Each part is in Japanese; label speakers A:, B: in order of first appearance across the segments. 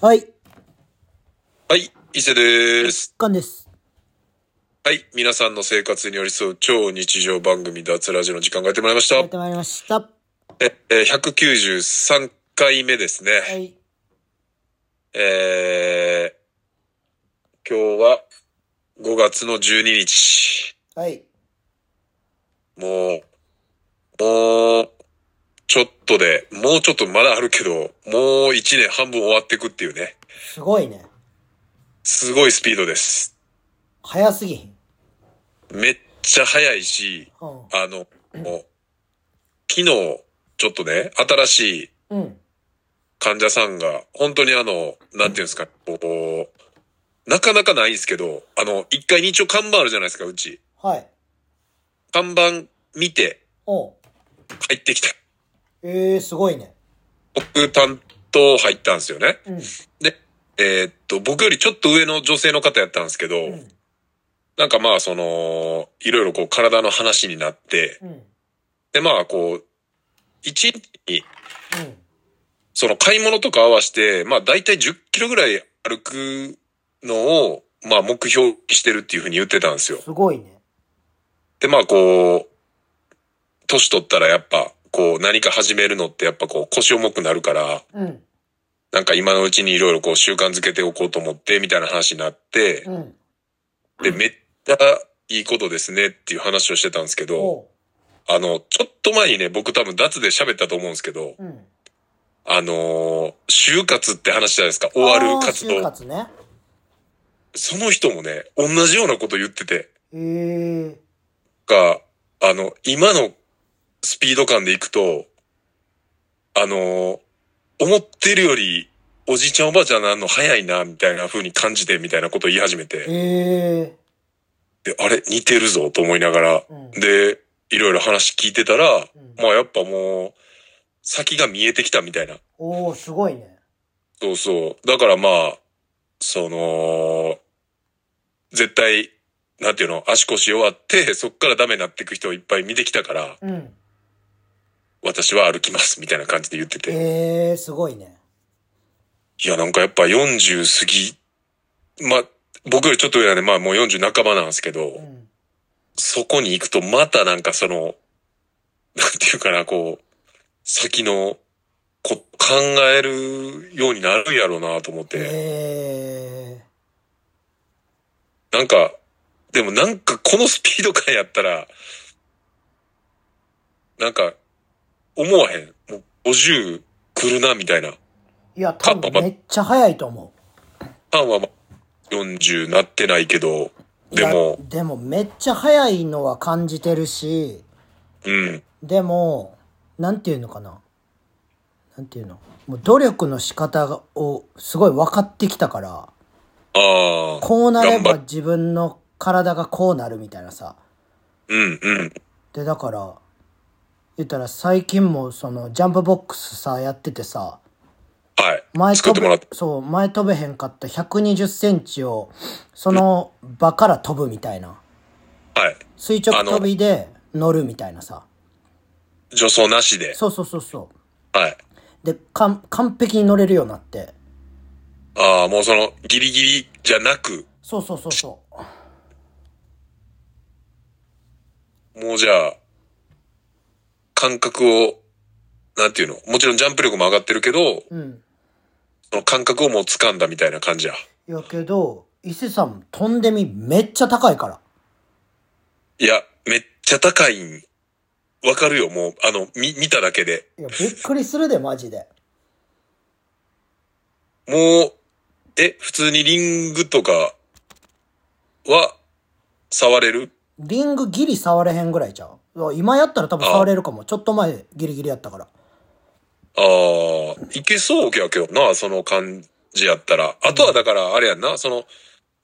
A: はい、
B: はい、伊勢です。
A: カンです。
B: はい、皆さんの生活に寄り添う超日常番組脱ラジの時間がやってまいりまし。
A: やったてまいりました。は
B: え、えー193回目ですね。
A: い。
B: えー、今日は5月の12日。
A: はい。
B: もう、もう、ちょっとで、もうちょっとまだあるけど、もう1年半分終わってくっていうね。
A: すごいね。
B: すごいスピードです。
A: 早すぎひん。
B: めっちゃ早いし、
A: うん。
B: あの、もう昨日、ちょっとね、新しい
A: うん。
B: 患者さんが、本当にあの、なんていうんですか、こう、なかなかないんですけど、あの、一回に一応看板あるじゃないですか、うち。
A: はい。
B: 看板見て
A: おう
B: 入ってきた。
A: えー、すごいね。
B: 僕担当入ったんですよね。
A: うん。
B: で、えーっと、僕よりちょっと上の女性の方やったんですけど、
A: うん。
B: なんかまあ、その、いろいろこう、体の話になって、
A: うん。うん。
B: で、まあ、こう、一日にその買い物とか合わせて、まあ大体10キロぐらい歩くのを、まあ目標にしてるっていうふうに言ってたんですよ。
A: すごいね。
B: で、まあこう、年取ったらやっぱ、こう何か始めるのってやっぱこう腰重くなるから、
A: うん。
B: なんか今のうちにいろいろこう習慣づけておこうと思って、みたいな話になって
A: う、ん。
B: で、めっちゃいいことですねっていう話をしてたんですけど、
A: おう
B: あの、ちょっと前にね、僕多分脱で喋ったと思うんですけど、
A: うん。
B: あのー就活って話じゃないですか。終わる活
A: あー就
B: 動。
A: 活ね。
B: その人もね、同じようなこと言ってて、
A: えー、
B: が、あの、今のスピード感でいくと、あの、思ってるより、おじいちゃんおばあちゃんなんの早いな、みたいな風に感じて、みたいなこと言い始めて、
A: え
B: で、あれ、似てるぞ、と思いながら、
A: ー、うん。
B: で、いろいろ話聞いてたら、
A: うん、
B: まあやっぱもう、先が見えてきたみたいな。
A: おー、すごいね。
B: そうそう。だからまあ、その、絶対、なんていうの、足腰弱って、 そっからダメになっていく人をいっぱい見てきたから、
A: うん。
B: 私は歩きます、みたいな感じで言ってて。
A: えー、すごいね。
B: いや、なんかやっぱ40過ぎ、まあ、僕よりちょっと上なんで、まあもう40半ばなんですけ
A: う
B: ど、
A: ん。
B: そこに行くとまたなんかその、 なんていうかな、こう、先の、こ考えるようになるんやろうなと思って。
A: え
B: なんか、でもなんかこのスピード感やったら、なんか、思わへん。もう50来るな、みたいな。
A: ー、いや、多分めっちゃ早いと思う。
B: パンはま40なってないけど、でも
A: い、やでもめっちゃ早いのは感じてるし
B: うん、
A: でもなんていうのかななんていうのもう努力の仕方をすごい分かってきたから
B: ああ、
A: こうなれ
B: 頑張
A: ば
B: っ
A: 自分の体がこうなるみたいなさ
B: うん、うん、
A: でだから言ったら最近もそのジャンプボックスさやっててさ
B: はい。
A: 前
B: 作っ
A: 飛
B: てもらっ
A: べ
B: た。
A: そう前飛べへんかった1 2 0ンチをその場から飛ぶみたいな
B: はい。
A: 垂直飛びで乗るみたいなさ
B: 助走なしで。
A: そうそうそうそう
B: はい。
A: で、かん、完璧に乗れるようになって。
B: ああ、もうその、ギリギリじゃなく、
A: そうそうそうそう。
B: もうじゃあ、感覚を、なんていうのもちろんジャンプ力も上がってるけど、
A: うん。
B: その感覚をもう掴んだみたいな感じや。
A: やけど、伊勢さん、飛んでみめっちゃ高いから。
B: いや、めっちゃ高いん。わかるよ、もう、あの、見、見ただけで。
A: いや、びっくりするで、マジで。
B: もう、え、普通にリングとかは、触れる
A: リングギリ触れへんぐらいちゃううわ。今やったら多分触れるかも。ちょっと前ギリギリやったから。
B: ああ、いけそうやけどな、その感じやったら。あとはだから、あれやんな、その、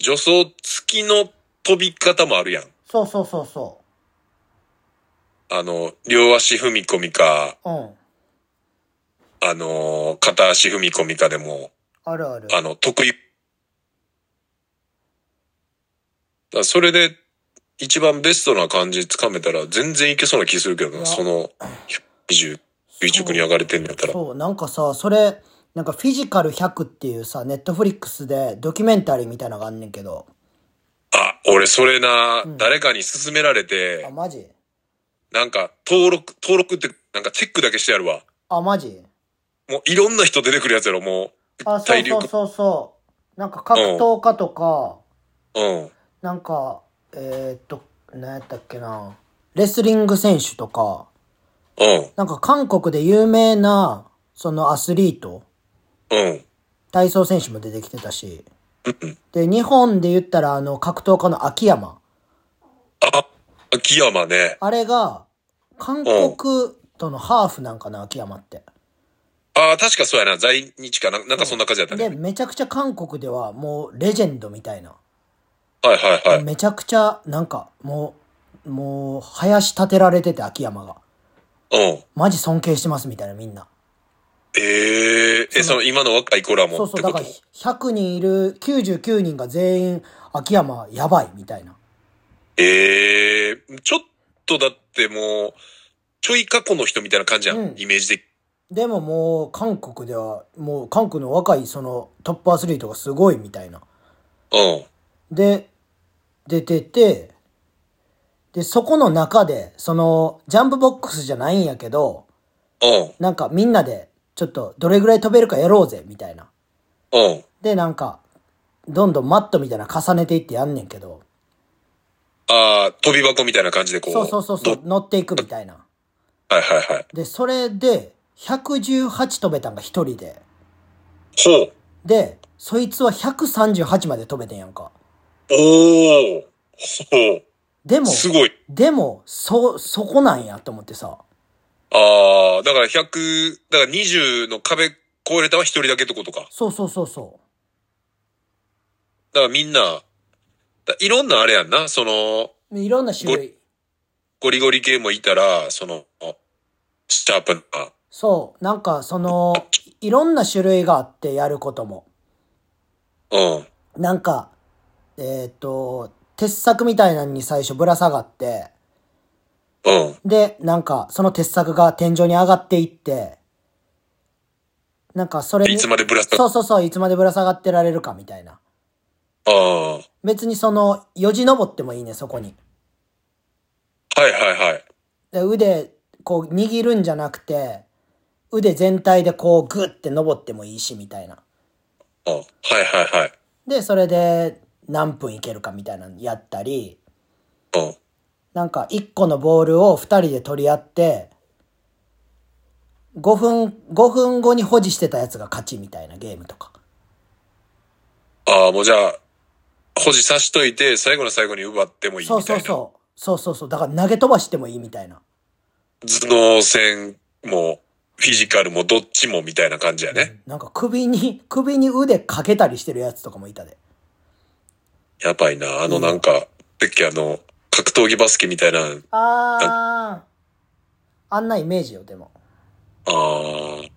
B: 助走付きの飛び方もあるやん。
A: そうそうそうそ
B: あの、両足踏み込みか、
A: う。うん。
B: あのー片足踏み込みかでも、
A: あるある。
B: あの、得意。だからそれで、一番ベストな感じつかめたら、全然いけそうな気するけど
A: いや
B: な、その、20、垂直に上がれてんだったら。
A: そう、なんかさ、それ、なんかフィジカル100っていうさ、ネットフリックスでドキュメンタリーみたいなのがあんねんけど。
B: あ、俺それな、誰かに勧められて
A: あ、、マジ
B: なんか登録、登録ってなんかチェックだけしてやるわ。
A: あ、マジ
B: もういろんな人出てくるやつやろ、も
A: あ、
B: う。
A: そう
B: 大量
A: そうそうそう。なんか格闘家とか、
B: うん。
A: なんか、えー、っと、何やったっけな。レスリング選手とか、
B: うん。
A: なんか韓国で有名な、そのアスリート、
B: うん。
A: 体操選手も出てきてたし。で、日本で言ったら、あの、格闘家の秋山。
B: あ、秋山ね。
A: あれが、韓国とのハーフなんかな、秋山って。
B: あ確かそうやな。在日かな。なんかそんな感じやった
A: で、
B: ね。
A: めちゃくちゃ韓国ではもうレジェンドみたいな。
B: はいはいはい。
A: めちゃくちゃ、なんか、もう、もう、林立てられてて、秋山が。
B: うん。
A: マジ尊敬してます、みたいな、みんな。
B: えええ、その今の若い子らも
A: そう
B: っ
A: そう、
B: て
A: だ
B: こ
A: か
B: と
A: ら100人いる99人が全員、秋山やばいみたいな。
B: ええちょっとだってもう、ちょい過去の人みたいな感じやん。
A: うん
B: イメージで。
A: でももう、韓国では、もう韓国の若いそのトップアスリートがすごいみたいな。
B: うん。
A: で、出てて、で、そこの中で、その、ジャンプボックスじゃないんやけど、
B: うん。
A: なんかみんなで、ちょっとどれぐらい飛べるかやろうぜ、みたいな。
B: うん。
A: で、なんか、どんどんマットみたいなの重ねていってやんねんけど、
B: ああ、飛び箱みたいな感じでこう。
A: そうそうそうそう
B: ど、
A: 乗っていくみたいな。
B: はいはいはい。
A: で、それで、118飛べたんが一人で。
B: ほう。
A: で、そいつは138まで飛べてんやんか。
B: おー。ほ
A: でも
B: う。、すごい。
A: でも、そ、そこなんやと思ってさ。
B: ああ、だから100、だから20の壁超えれたは一人だけってことか。
A: そうそうそうそ
B: だからみんな、だいろんなあれやんな。その、
A: う。いろんな種類。
B: ゴリゴリ系もいたら、その、シャープな。
A: そう。なんか、その、いろんな種類があってやることも。
B: うん。
A: なんか、えっ、と、鉄柵みたいなのに最初ぶら下がって、
B: うん。
A: で、なんか、その鉄柵が天井に上がっていって、なんか、それに
B: いつまでぶら下が
A: そうそうそう、いつまでぶら下がってられるかみたいな。
B: ああ。はい
A: 別にその、よじ登ってもいいね、そこに。
B: はいはい。
A: で腕、こう、握るんじゃなくて、腕全体でこう、グッて登ってもいいし、みたいな。
B: うん。はいはいはい。
A: で、それで、何分いけるかみたいなのやったり、
B: うん。
A: なんか、1個のボールを2人で取り合って、5分、5分後に保持してたやつが勝ちみたいなゲームとか。
B: ああ、もうじゃあ、保持さしといて、最後の最後に奪ってもいいみた
A: そ
B: いうな。
A: そうそう。そうそうそう。だから投げ飛ばしてもいいみたいな。
B: 頭脳戦も、フィジカルもどっちもみたいな感じやね。
A: なんか首に、首に腕かけたりしてるやつとかもいたで。
B: やばいな。あのなんか、さっきあの、格闘技バスケみたいな、あ
A: あー。あんなイメージよ、でも。
B: あ。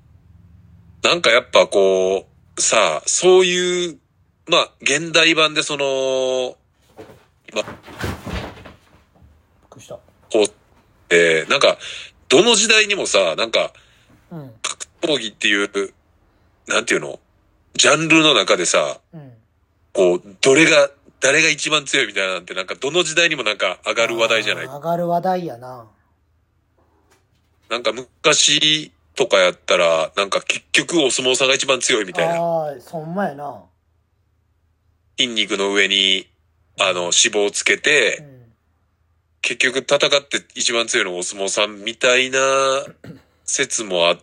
B: なんかやっぱこう、さあ、そういう、まあ、現代版でその、
A: びっくりした。
B: こう、えー、なんか、どの時代にもさ、なんか、
A: うん。
B: 格闘技っていう、なんていうのジャンルの中でさ、
A: うん。
B: こう、どれが、誰が一番強いみたいなんて、なんか、どの時代にもなんか上がる話題じゃない
A: あー上がる話題やな。
B: なんか昔とかやったら、なんか結局お相撲さんが一番強いみたいな。
A: ああ、そんまやな。
B: 筋肉の上に、あの、脂肪をつけ
A: う
B: て、
A: ん。
B: 結局戦って一番強いのはお相撲さんみたいな説もあっ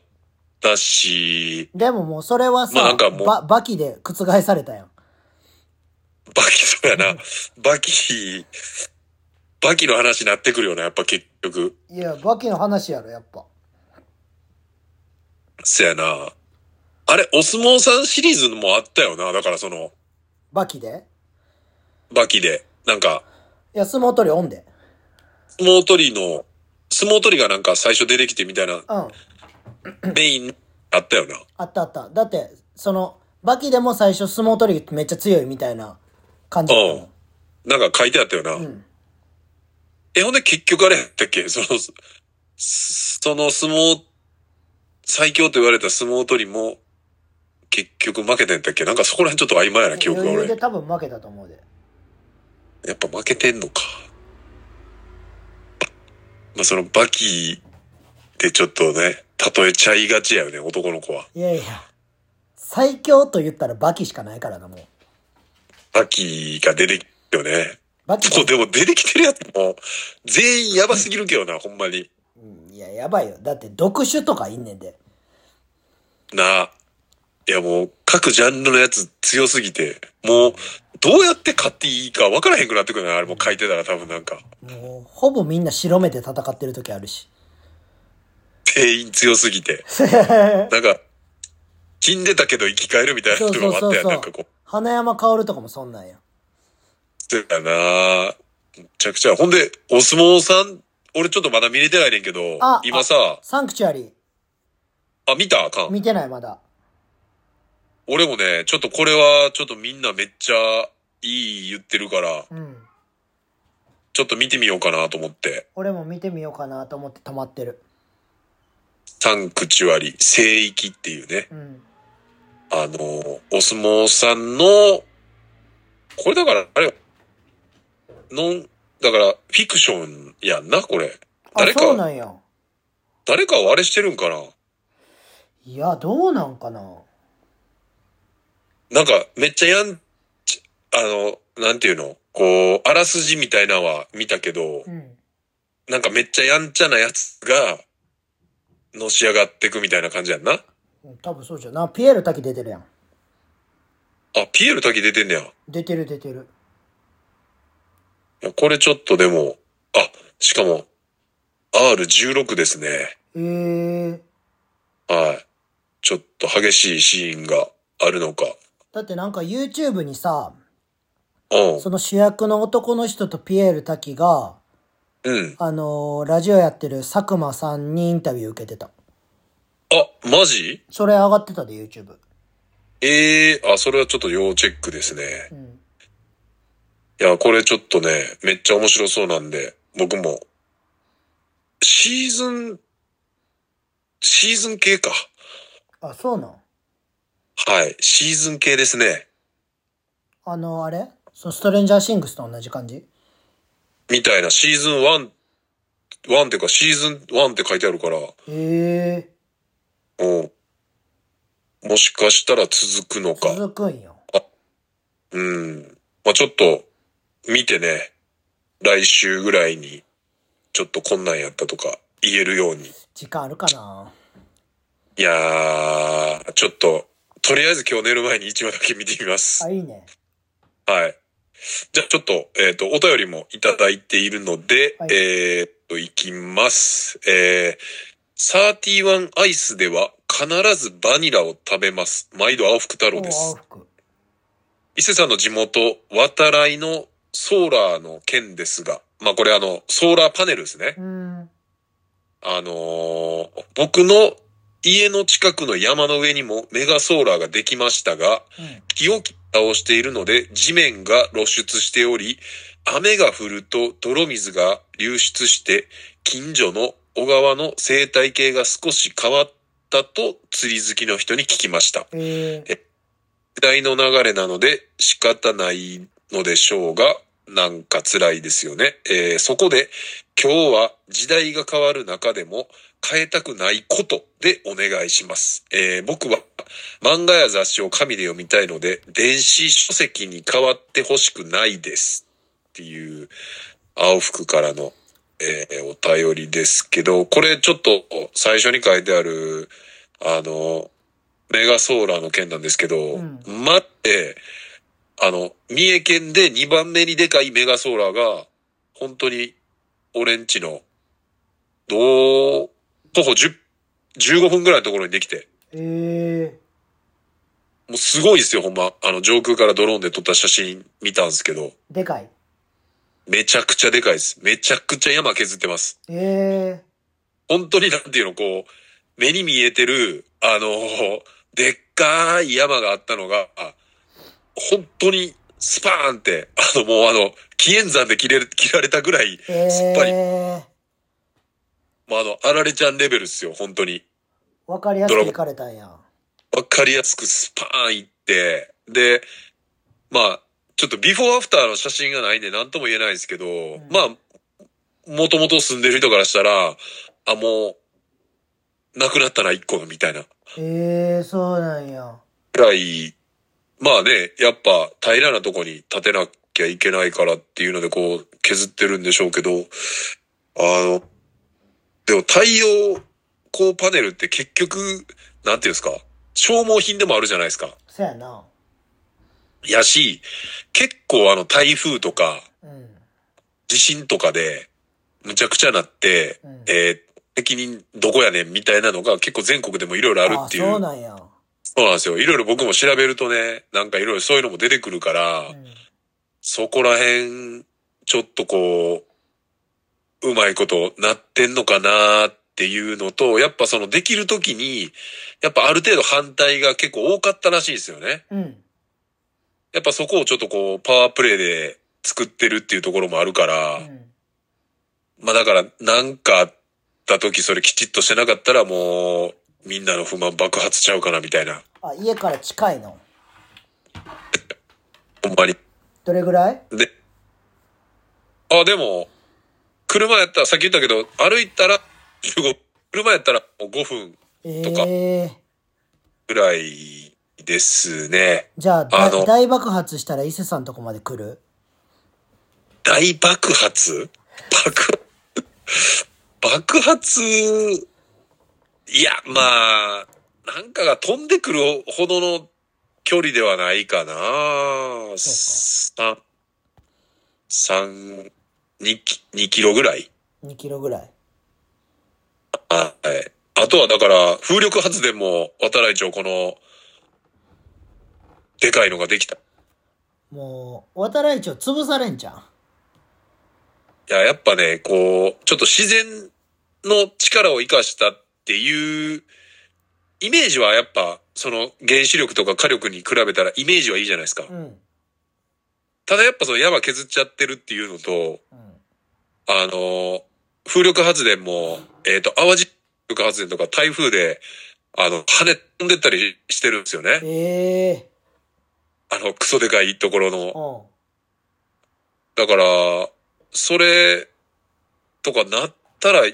B: たし、
A: でももうそれは
B: まあ
A: さ、
B: なんかもう
A: ば、バキで覆されたやん。
B: バキそうやな。バキ、バキの話になってくるよな、やっぱ結局。
A: いや、バキの話やろ、やっぱ。
B: せやな。あれ、お相撲さんシリーズもあったよな。だからその、
A: バキで
B: バキで。なんか、
A: いや、相撲取りおんで。
B: 相撲取りの、相撲取りがなんか最初出てきてみたいな、
A: うん。
B: メインあったよな。
A: あったあった。だって、その、バキでも最初相撲取りめっちゃ強いみたいな感じだったもん
B: なんか書いてあったよな。
A: ん
B: え、ほんで結局あれやったっけその、すその相撲、最強と言われた相撲取りも、結局負けてんだっけなんかそこら辺ちょっと曖昧やな、記憶が
A: 余裕
B: 俺。
A: で多分負けたと思うで。
B: やっぱ負けてんのか。まあそのバキでちょっとね、例えちゃいがちやよね、男の子は。
A: いやいや。最強と言ったらバキしかないからな、もう。
B: バキが出てきてよね。
A: バキ
B: そう、でも出てきてるやつも、全員やばすぎるけどな、ほんまに。
A: うんいや、やばいよ。だって、毒種とかいんねんで。
B: なあ。いやもう、各ジャンルのやつ強すぎて、もう、どうやって買っていいか分からへんくなってくるな、あれもう書いてたら多分なんか。
A: もう、ほぼみんな白目で戦ってる時ある し。
B: 店員強すぎて。なんか、死んでたけど生き返るみたいな
A: そう
B: とこ
A: そう
B: もあ
A: そ
B: っ
A: う
B: たやん。
A: そ
B: なん
A: う
B: かこう。。
A: 花山薫とかもそんなんや。
B: そうやなめちゃくちゃ。ほんで、お相撲さん、俺ちょっとまだ見れてないねんけど
A: あ、
B: 今さ、
A: サンクチュアリ
B: あ、見たあか
A: ー。
B: ん。
A: 見てない、まだ。
B: 俺もね、ちょっとこれは、ちょっとみんなめっちゃいい言ってるから、
A: うん。
B: ちょっと見てみようかなと思って。
A: 俺も見てみようかなと思って止まってる。
B: サンクチュアリ、聖域っていうね。
A: うん。
B: あの、お相撲さんの、これだから、あれ、のん、だから、フィクションやんな、これ。
A: あ、
B: 誰
A: そう
B: か、
A: なんや。
B: 誰かをあれしてるんかない
A: や、どうなんかな。
B: なんか、めっちゃやんち、あの、なんていうのこう、あらすじみたいなのは見たけど
A: う、ん。
B: なんかめっちゃやんちゃなやつが、のし上がってくみたいな感じやんな。あ、
A: 多分そうじゃんな。ピエール滝出てるやん。
B: ピエール滝出てんねや。い
A: 出てる出てる。
B: やこれちょっとでも、あ、しかも、R16 ですね。
A: えー。
B: はい。ちょっと激しいシーンがあるのか。
A: だってなんか YouTube にさ、
B: うん。
A: その主役の男の人とピエール滝が、
B: うん。
A: あのーラジオやってる佐久間さんにインタビュー受けてた。
B: あ、マジ
A: それ上がってたで、YouTube。
B: ええあ、それはちょっと要チェックですね
A: う。ん。
B: いや、これちょっとね、めっちゃ面白そうなんで、僕も、シーズン、シーズン系か。
A: あ、そうなん。
B: はい。シーズン系ですね。
A: あのーあれそのストレンジャーシングスと同じ感じ
B: みたいな、シーズン1、1っていうか、シーズン1って書いてあるから、
A: え
B: うん。もしかしたら続くの
A: え
B: か。
A: 続くんよ。
B: うん。まあちょっと、見てね、来週ぐらいに、ちょっとこんなんやったとか言えるように。
A: 時間あるかない
B: やー、ちょっと、とりあえず今日寝る前に1話だけ見てみます。
A: あ、いいね。
B: はい。じゃあちょっと、えっ、と、お便りもいただいているので、
A: はい
B: えっと、いきます。えー、31アイスでは必ずバニラを食べます。毎度青福太郎
A: お
B: です
A: 青。服。
B: 伊勢さんの地元、渡来のソーラーの件ですが、まあこれあの、ソーラーパネルですね
A: う。ん。
B: あのー僕の家の近くの山の上にもメガソーラーができましたが、
A: うん。
B: 木を切ったをしているので地面が露出しており、雨が降ると泥水が流出して、近所の小川の生態系が少し変わったと釣り好きの人に聞きました。
A: えー、
B: 時代の流れなので仕方ないのでしょうが、なんか辛いですよね。えーそこで今日は時代が変わる中でも変えたくないことでお願いします。えー僕は漫画や雑誌を紙で読みたいので電子書籍に変わってほしくないです。っていう青服からの、えーお便りですけど、これちょっと最初に書いてある、あの、メガソーラーの件なんですけど、
A: うん
B: 待って、あの、三重県で2番目にでかいメガソーラーが、本当に、俺んちの、どう、徒歩10、15分ぐらいのところにできて、
A: え
B: もうすごいですよ、ほんま。あの、上空からドローンで撮った写真見たんですけど、
A: ー、でかい。
B: めちゃくちゃでかいです。めちゃくちゃ山削ってます。
A: え
B: 本当になんていうの、こう、目に見えてる、あの、でっかい山があったのが、本当にスパーンって、あの、もうあの、紀元山で切れる、切られたぐら
A: ー、
B: い、
A: えー、
B: すっぱりまあ、あの、あられちゃんレベルっすよ、本当に。
A: わかりやすくいかれたんや。
B: わかりやすくスパーン行って、で、まあ、ちょっとビフォーアフターの写真がないんで何とも言えないですけど、
A: ん
B: まあ、もともと住んでる人からしたら、あ、もう、なくなったら一個のみたいな。
A: ええそうなんや。
B: ぐらい、まあね、やっぱ平らなとこに建てなきゃいけないからっていうのでこう削ってるんでしょうけど、あの、でも太陽光パネルって結局、なんていうんですか、消耗品でもあるじゃないですか。
A: そやな。
B: やし、結構あの台風とか
A: うん。
B: 地震とかでむちゃくちゃなって、
A: うん、
B: えー責任どこやねんみたいなのが結構全国でもいろいろあるっていう。
A: あそうなんや。
B: そうなんですよ。いろいろ僕も調べるとね、なんかいろいろそういうのも出てくるから、
A: うん
B: そこら辺、ちょっとこう、うまいことなってんのかなっていうのと、やっぱそのできるときに、やっぱある程度反対が結構多かったらしいですよね。
A: うん。
B: やっぱそこをちょっとこう、パワープレイで作ってるっていうところもあるから、
A: うん。
B: まあだから、なんかあったときそれきちっとしてなかったらもう、みんなの不満爆発しちゃうかなみたいな。
A: あ、家から近いの。
B: ほんまに。
A: どれぐらい
B: で、あ、でも、車やったら、さっき言ったけど、歩いたら15、車やったらもう5分
A: え
B: とか
A: え
B: ぐらいですね。
A: じゃあ
B: あ
A: だ
B: の
A: 大爆発したら伊勢さんとこまで来る
B: 大爆発爆、爆発、いや、まあ、なんかが飛んでくるほどの距離ではないかな。3、3、2キ2キロぐらい
A: ?2 キロぐらい。
B: はい。あとはだから、風力発電も渡来町この、でかいのができた。い
A: もう、渡来町潰されんじゃん。
B: や、やっぱね、こう、ちょっと自然の力を生かしたっていう、イメージはやっぱ、その原子力とか火力に比べたらイメージはいいじゃないですか。
A: うん。
B: ただやっぱその山削っちゃってるっていうのと、
A: うん。
B: あの、風力発電も、えっ、と、淡路風力発電とか台風で、あの、跳ね飛んでったりしてるんですよね。
A: ええ
B: あの、クソでかいところの。
A: うん。
B: だから、それとかなったら、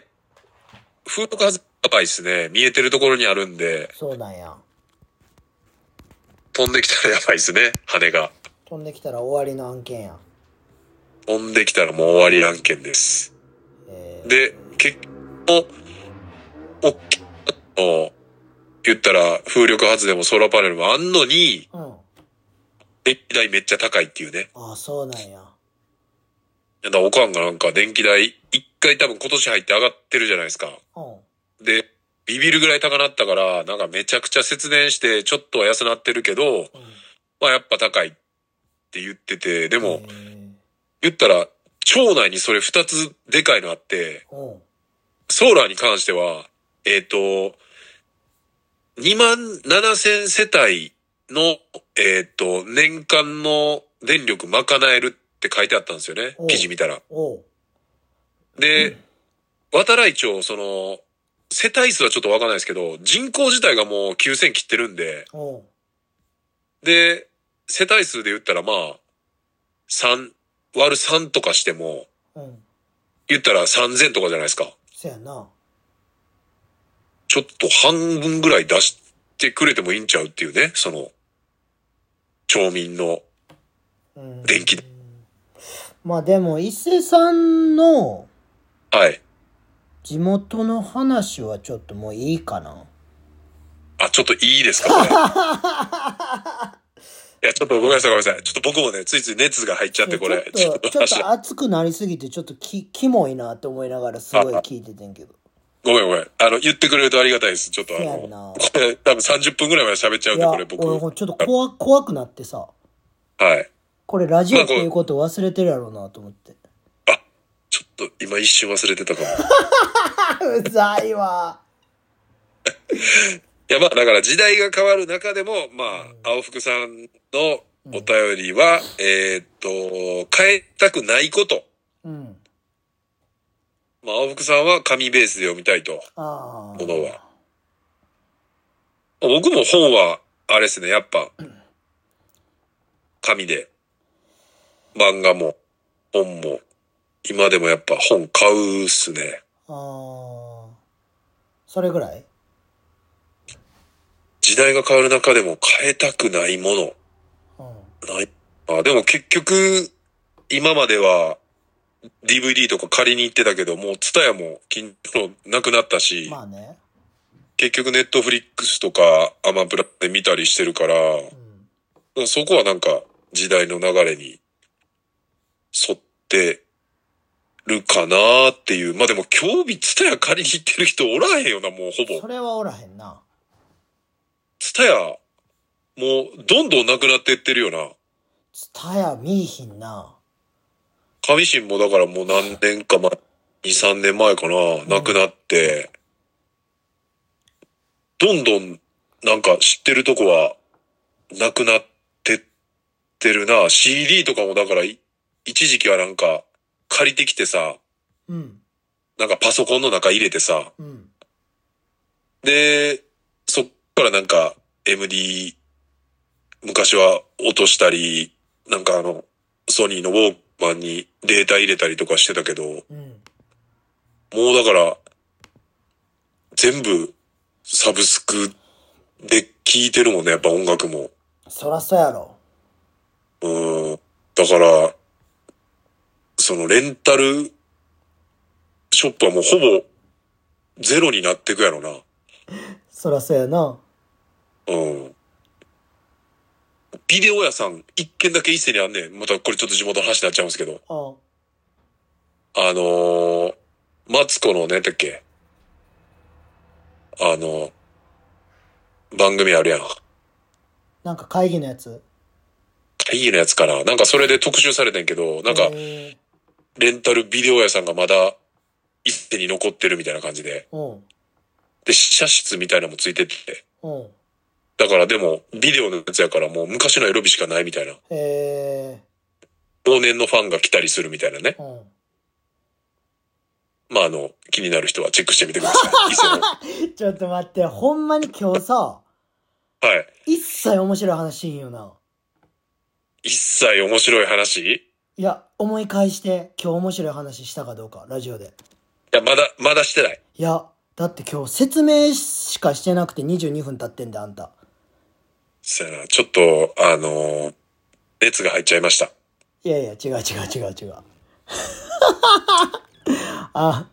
B: 風力発電やばいですね。見えてるところにあるんで、
A: そうなんや。
B: 飛んできたらやばいですね。羽が。
A: 飛んできたら終わりの案件や。
B: 飛んできたらもう終わり案件です。
A: ええ
B: で、結局、おっきなの、言ったら風力発電もソーラーパネルもあんのに、
A: うん。あ
B: 電気代めっちゃ高いっていうね。
A: あ、そうなんや。
B: だからおかんがなんか電気代、一回多分今年入って上がってるじゃないですか。
A: うん。
B: で、ビビるぐらい高なったから、なんかめちゃくちゃ節電して、ちょっとは安なってるけど、まあやっぱ高いって言ってて、で
A: で
B: も、言ったら、町内にそれ二つでかいのあって、
A: うん。
B: ソーラーに関しては、えっ、と、2万7千世帯の、えっ、と、年間の電力賄えるって書いてあったんですよね
A: お。う
B: 記事見たら。
A: おう。
B: で、渡来町、その、世帯数はちょっとわかんないですけど、人口自体がもう9000切ってるんで、
A: おう。
B: で、世帯数で言ったらまあ、3、割る3とかしても、
A: うん。
B: 言ったら3000とかじゃないですか。
A: そやな。
B: ちょっと半分ぐらい出してくれてもいいんちゃうっていうね、その、町民の。
A: うん。
B: 電気
A: まあでも、伊勢さんの
B: はい。
A: 地元の話はちょっともういいかな。
B: あ、ちょっといいですかこ れいや、ちょっとごめんなさい、ごめんなさい。ちょっと僕もね、ついつい熱が入っちゃって、これ。
A: ちょっと、ちょっ
B: 話
A: と熱くなりすぎて、ちょっとき、キモいなって思いながらすごい聞いててんけど。
B: ごめんごめん。あの、言ってくれるとありがたいです。ちょっとあ
A: せやんな
B: の、これ多分30分ぐらいまで喋っちゃうん
A: い
B: で、
A: や、
B: これ
A: 俺、ち
B: 僕。
A: ょっと怖、怖くなってさ、
B: はい。
A: これラジオっていうこと忘れてるやろうなと思って。
B: あ、ちょっと今一瞬忘れてたかも。
A: うざいわ。
B: いや、まあだから時代が変わる中でも、まあ、青福さんのお便りは、えーっと、変えたくないこと。
A: うん。
B: まあ、青福さんは紙ベースで読みたいと。
A: ああ。
B: ものは。僕も本は、あれですね、やっぱ、紙で、漫画も、本も、今でもやっぱ本買うっすね。
A: あーそれぐらい
B: 時代が変わる中でも変えたくないもの。
A: うん。
B: ない。あ、でも結局、今までは DVD とか借りに行ってたけど、もうツタヤも近所なくなったし、
A: まあね。
B: 結局ネットフリックスとかアマプラで見たりしてるから、
A: うん。
B: そこはなんか時代の流れに沿ってるかなっていう。まあでも今日日ツタヤ借りに行ってる人おらへんよな、もう
A: そ
B: ほぼ。
A: れはおらへんな。
B: ツタヤ、もうどんどんなくなってってるよな。
A: ツタヤ見いひんな。
B: 上新もだからもう何年か前、2、3年前かな、亡くなって、どんどんなんか知ってるとこはなくなってってるな。CD とかもだからい一時期はなんか借りてきてさ、
A: うん。
B: なんかパソコンの中入れてさ、
A: うん。
B: で、そっからなんか MD、昔は落としたり、なんかあの、ソニーのウォークマンにデータ入れたりとかしてたけど、
A: うん。
B: もうだから、全部サブスクで聴いてるもんね、やっぱ音楽も。
A: そらそやろ。
B: うん。だから、そのレンタルショップはもうほぼゼロになってくやろな。
A: そらそやな。
B: うん。ビデオ屋さん、一軒だけ伊勢にあんねん。またこれちょっと地元の話になっちゃうんですけど。
A: あん。
B: あのー、マツコのね、だっけあの、番組あるやん。
A: なんか会議のやつ。
B: 会議のやつかななんかそれで特集されてんけど、なんか
A: えー、
B: レンタルビデオ屋さんがまだ一手に残ってるみたいな感じで。
A: うん。
B: で、試写室みたいなのもついてて。
A: うん。
B: だからでも、ビデオのやつやからもう昔のエロビしかないみたいな。
A: え
B: 往年のファンが来たりするみたいなね。
A: ー、うん。
B: まあ、あの、気になる人はチェックしてみてください。伊勢の。
A: ちょっと待って、ほんまに今日さ、
B: はい。
A: 一切面白い話しんよな。
B: 一切面白い話い
A: いや、思い返して、今日面白い話したかどうか、ラジオで。
B: や、まだ、まだしてない。
A: いや、だって今日説明しかしてなくて22分経ってんだ、あんた。
B: そやな、ちょっと、あのー熱が入っちゃいました。
A: いやいや、違う違う違う 違う。あ、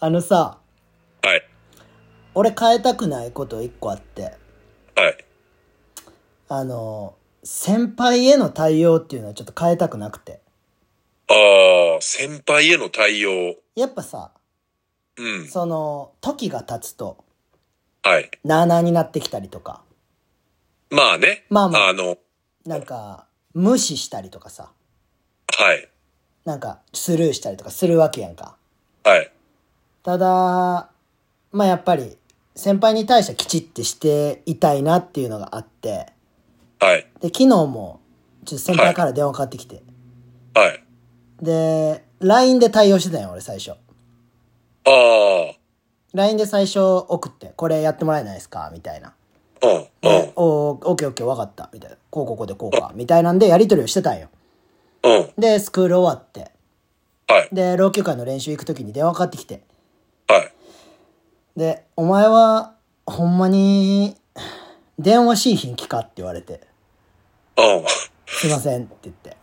A: あのさ、
B: はい。
A: 俺変えたくないこと一個あって、
B: はい。
A: あの、先輩への対応っていうのはちょっと変えたくなくて。
B: ああ、先輩への対応。
A: やっぱさ、
B: うん。
A: その、時が経つと、
B: はい。
A: なあなあになってきたりとか、
B: まあね。
A: まあまあ
B: あの、
A: なんか、無視したりとかさ、
B: はい。
A: なんか、スルーしたりとかするわけやんか。
B: はい。
A: ただまあやっぱり先輩に対してはきちってしていたいなっていうのがあって
B: はい。
A: で昨日もちょっと先輩から電話かかってきて、
B: はい。
A: で LINE で対応してたんよ俺最初
B: あ
A: LINE で最初送って「これやってもらえないですか?」みたいな
B: あ、うん、
A: 「
B: うん、
A: でおーオッケーオッケー分かった」みたいな「こうこうこうでこうか」みたいなんでやり取りをしてたんよ
B: うん。
A: でスクール終わって
B: はい、
A: で老朽化の練習行く時に電話かかってきて
B: はい。
A: で「お前はほんまに電話しいひんきか?」って言われて
B: うん。
A: すいませんって言って。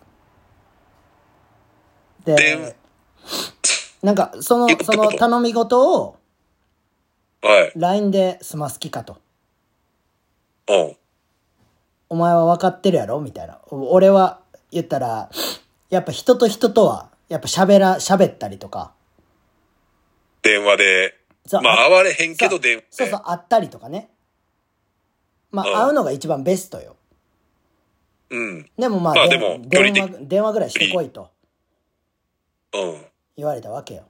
B: で
A: で、なんか、その
B: 言っ、た
A: そ
B: こと
A: の頼み事を
B: はい、
A: LINE で済ます気かと。
B: うん。
A: お前は分かってるやろみたいな。お俺は、言ったら、やっぱ人と人とは、やっぱ喋ら、喋ったりとか、
B: 電話で。
A: そう
B: まあ、
A: あ
B: 会われへんけど、電話
A: そう
B: で
A: そう、。会ったりとかね。まあ、
B: うん
A: 会うのが一番ベストよ。
B: うん、
A: でもまあ、
B: まあ
A: 電
B: でも
A: 電
B: 距
A: 話
B: 離、
A: 電話ぐらいしてこいと
B: うん。
A: 言われたわけよ。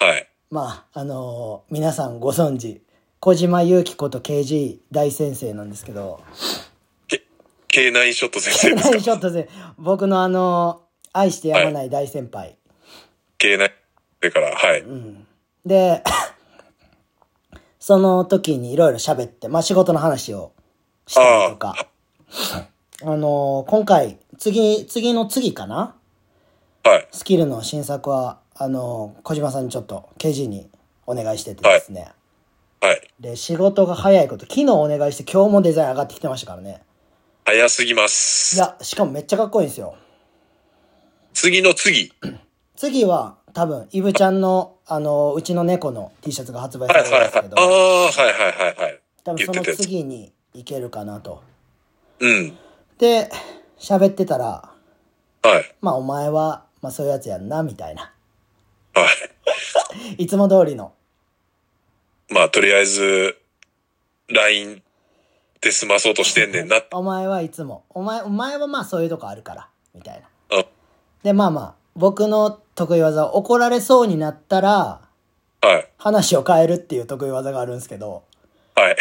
B: はい、
A: まあ、あのー皆さんご存知、小島祐樹こと KG 大先生なんですけど、
B: K9 ショット先生です
A: 大
B: か
A: ちょっとね、僕のあのー愛してやまない大先輩。
B: ?K9 だから、はい。
A: で、 その時にいろいろ喋って、まあ仕事の話をしたりとか、あのー今回、次、次の次かな
B: はい。
A: スキルの新作は、あのー小島さんにちょっと KG にお願いしててですね。
B: はい。
A: で、仕事が早いこと、昨日お願いして今日もデザイン上がってきてましたからね。
B: 早すぎま
A: い
B: す。
A: や、しかもめっちゃかっこいいんですよ。
B: 次の次。
A: 次は、多分、イブちゃんの、あのーうちの猫の T シャツが発売さ
B: はい
A: れ
B: は
A: る
B: い
A: んです
B: はい
A: け。ど、
B: ああ、はいはいはいはい。
A: 多分
B: 言
A: そ
B: って
A: の
B: たやつ。
A: 次に行けるかなと。
B: うん。
A: で、喋ってたら、
B: はい。
A: まあお前は、まあそういうやつやんな、みたいな。
B: はい。
A: いつも通りの。
B: まあ、とりあえず、LINE で済まそうとしてんねんな。うん。
A: お前はいつも。お前、お前はまあそういうとこあるから、みたいな。で、まあまあ、僕の得意技、怒られそうになったら、
B: はい。
A: 話を変えるっていう得意技があるんですけど、
B: はい。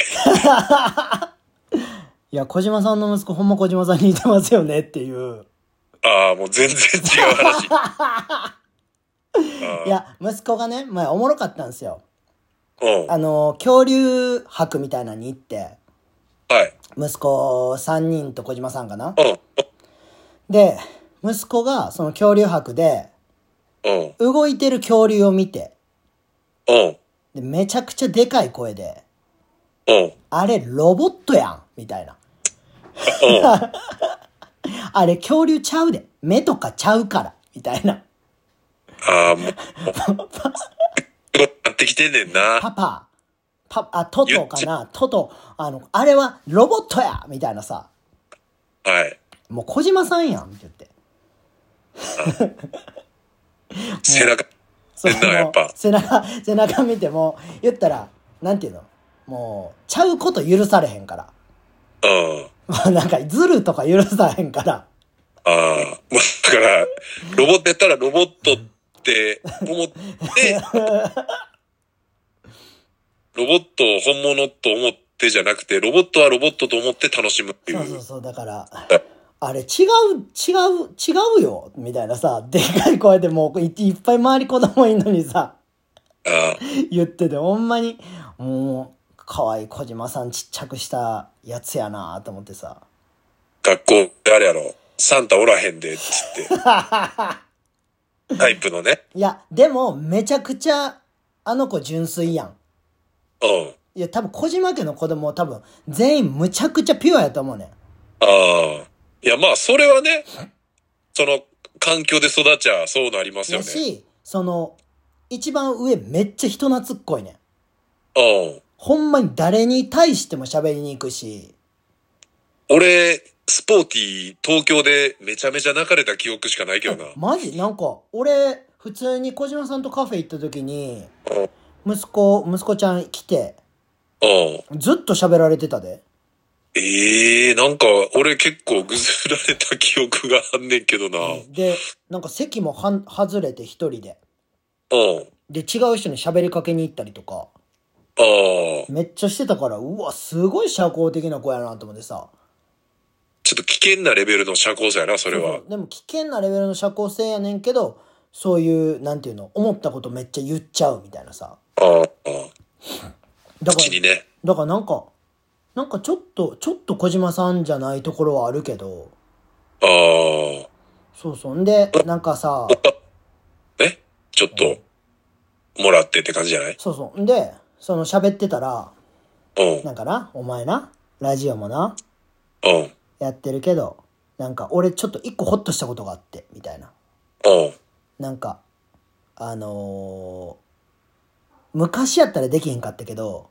A: いや、小島さんの息子、ほんま小島さんに似てますよねっていう。
B: ああ、もう全然違う話。
A: いや、息子がね、前おもろかったんですよ。
B: うん。
A: あの、恐竜博みたいなのに行って、
B: はい。
A: 息子3人と小島さんかな
B: うん。
A: で、息子がその恐竜博で、
B: うん。
A: 動いてる恐竜を見て、
B: うん。
A: でめちゃくちゃでかい声で、
B: うん。
A: あれロボットやんみたいな。
B: うん。
A: あれ恐竜ちゃうで。目とかちゃうから。みたいな。
B: ああ、もう。 なってきてんねんな。
A: パパ、パ、あ、トトかなトト、あの、あれはロボットやみたいなさ。
B: はい。
A: もう小島さんやんって言って。
B: 背中。
A: その
B: 変なやっぱ
A: 背中、 背中見ても、言ったら、なんていうのもう、ちゃうこと許されへんから。
B: うん。
A: まあなんか、ずるとか許されへんから。
B: ああ。もうだから、ロボットやったらロボットって思って、ロボットを本物と思ってじゃなくて、ロボットはロボットと思って楽しむってい
A: そうそう
B: う。
A: そう、だから、あれ違う、違う、違うよ、みたいなさ、でかい声でもういいっぱい周り子供いんのにさ、
B: あ
A: 言ってて、ほんまに、もう、可愛い小島さんちっちゃくしたやつやなと思ってさ。
B: あ。学校であれやろ。サンタおらへんで、つって。タイプのね。
A: いや、でも、めちゃくちゃ、あの子純粋やん。
B: うん。
A: いや、多分小島家の子供多分、全員むちゃくちゃピュアやと思うねん。
B: ああ。いや、まあ、それはね、その、環境で育っちゃそうなりますよ
A: や
B: ね。
A: し、その、一番上めっちゃ人懐っこいねん。
B: うん。
A: ほんまに誰に対しても喋りに行くし、
B: 俺、スポーティー、東京でめちゃめちゃ泣かれた記憶しかないけどな。
A: マジなんか、俺、普通に小島さんとカフェ行った時に、
B: うん。
A: 息子、息子ちゃん来て、
B: うん
A: ずっと喋られてたで。
B: ええなんか、俺結構ぐずられた記憶があんねんけどな。う
A: で、なんか席もはん外れて一人で。
B: ん。
A: で、違う人に喋りかけに行ったりとか、
B: ああ。
A: めっちゃしてたから、うわ、すごい社交的な子やなと思ってさ。
B: ちょっと危険なレベルの社交者やな、それは
A: そう。でも危険なレベルの社交性やねんけど、そういう、なんていうの、思ったことめっちゃ言っちゃうみたいなさ。
B: ああ。あ
A: だ
B: あ。
A: から
B: 口にね。
A: だからなんか、なんかちょっと、ちょっと小島さんじゃないところはあるけど、
B: ああ。
A: そうそう。んで、なんかさ、
B: えちょっと、もらってって感じじゃない
A: そうそう。んで、その喋ってたら、
B: うん。
A: なんかな、お前な、ラジオもな、
B: うん。うん。
A: やってるけど、なんか俺ちょっと一個ホッとしたことがあって、みたいな。なんか、あのー昔やったらできへんかったけど、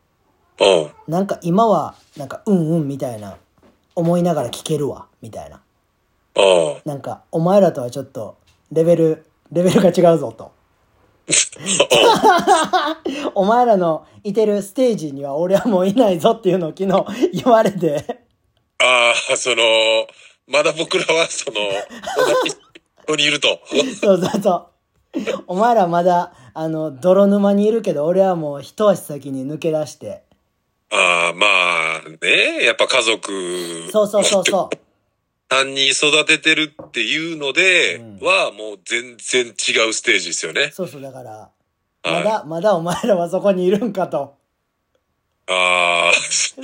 B: うん。
A: なんか今は、なんかうんうんみたいな、思いながら聞けるわ、みたいな。
B: うん。
A: なんか、お前らとはちょっと、レベル、レベルが違うぞと。お前らのいてるステージには俺はもういないぞっていうのを昨日 言われて、
B: ああ、その、まだ僕らは、その、同じ人にいると。
A: そうそうそう。お前らまだ、あの、泥沼にいるけど、俺はもう一足先に抜け出して。
B: ああ、まあ、ね、やっぱ家族、
A: そうそうそうそ
B: 単に育ててるっていうので、は、もう全然違うステージですよね
A: う。。そうそう、だから、
B: は
A: ま
B: い
A: だ、まだお前らはそこにいるんかと。
B: あ あ、ス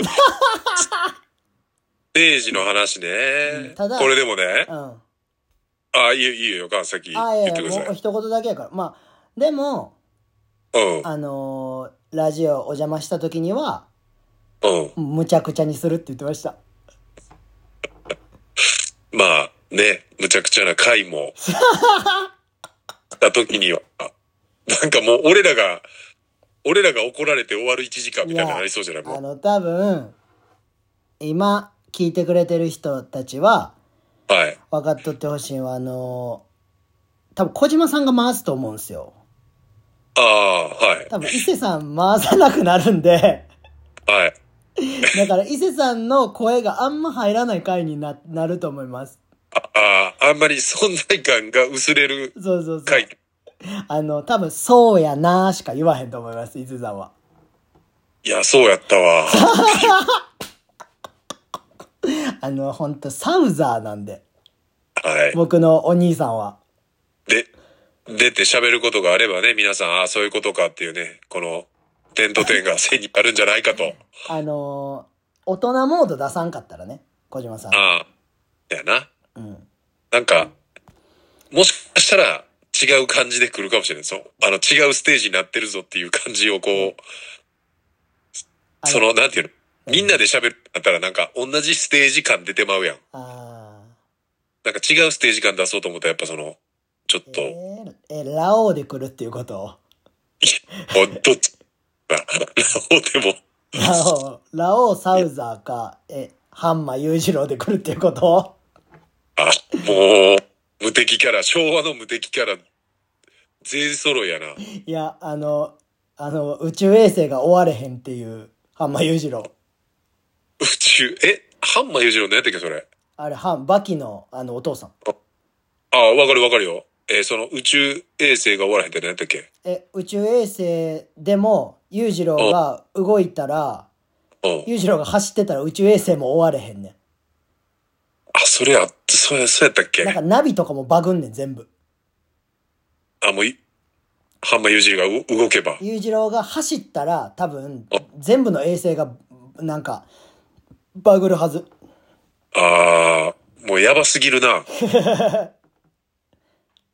B: テージの話
A: う
B: ね
A: ん。ただ
B: これでもね
A: う、ん。あ
B: ああ、いいよ、いいよ、川崎。
A: あ、い
B: 言
A: や
B: っ
A: い
B: てく
A: や、
B: ださ
A: もう
B: い。
A: 一言だけやから。まあ、でも、
B: うん、
A: あのーラジオお邪魔した時には、
B: うん。
A: むちゃくちゃにするって言ってました。
B: まあ、ね、むちゃくちゃな回も、 した時には、なんかもう俺らが、俺らが怒られて終わる1時間みたいなのありそうじゃないも
A: あ
B: う。
A: の、多分、今、聞いてくれてる人たちは、
B: はい。
A: 分かっとってほしいのは、あのー多分小島さんが回すと思うんですよ。
B: ああ、はい。
A: 多分、伊勢さん回さなくなるん で、
B: はい。
A: だから伊勢さんの声があんま入らない回にななると思います。
B: ああ、あんまり存在感が薄れる
A: そうそうそう。
B: 回。
A: あの、多分、そうやなーしか言わへんと思います、伊勢さんは。
B: いや、そうやったわ。
A: あの、ほんと、サウザーなんで、
B: はい。
A: 僕のお兄さんは。
B: で、出て喋ることがあればね、皆さん、ああ、そういうことかっていうね、この、点と点が線にあるんじゃないかと。
A: あのー大人モード出さんかったらね、小島さん。
B: ああ、だよな。
A: うん。
B: なんか、もしかしたら違う感じで来るかもしれない。そう。あの、違うステージになってるぞっていう感じをこ
A: あ
B: う、その、なんていうのみんなで喋るだったらなんか同じステージ感出てまうやん。
A: あ
B: なんか違うステージ感出そうと思ったらやっぱその、ちょっ
A: ー
B: と、
A: えーえーラオウで来るっていうことを。
B: おどっち、あ、そうでも、
A: ラオウ、ラオウサウザーか、え、ハンマ裕次郎で来るっていうことを。
B: あ、もう、無敵キャラ、昭和の無敵キャラ、全員揃いやな。
A: いや、あの、あの、宇宙衛星が終われへんっていう、ハンマ裕次郎。
B: 宇宙、え、ハンマー裕次郎のやったっけ、それ。
A: あれ、ハン、バキの、あの、お父さん。
B: あ、わかるわかるよ。えーその宇宙衛星が終わらへんって何やったっけ
A: え、宇宙衛星でも、裕次郎が動いたら、
B: うん。
A: 裕次郎が走ってたら宇宙衛星も終われへんね
B: あ、それあ、それ、そうやったっ け
A: ん。なんかナビとかもバグんねん、全部。
B: あ、もうい、ハンマー裕次郎がう動けば。
A: 裕次郎が走ったら、多分、全部の衛星が、なんか、バグるはず。
B: あー、もうやばすぎるな。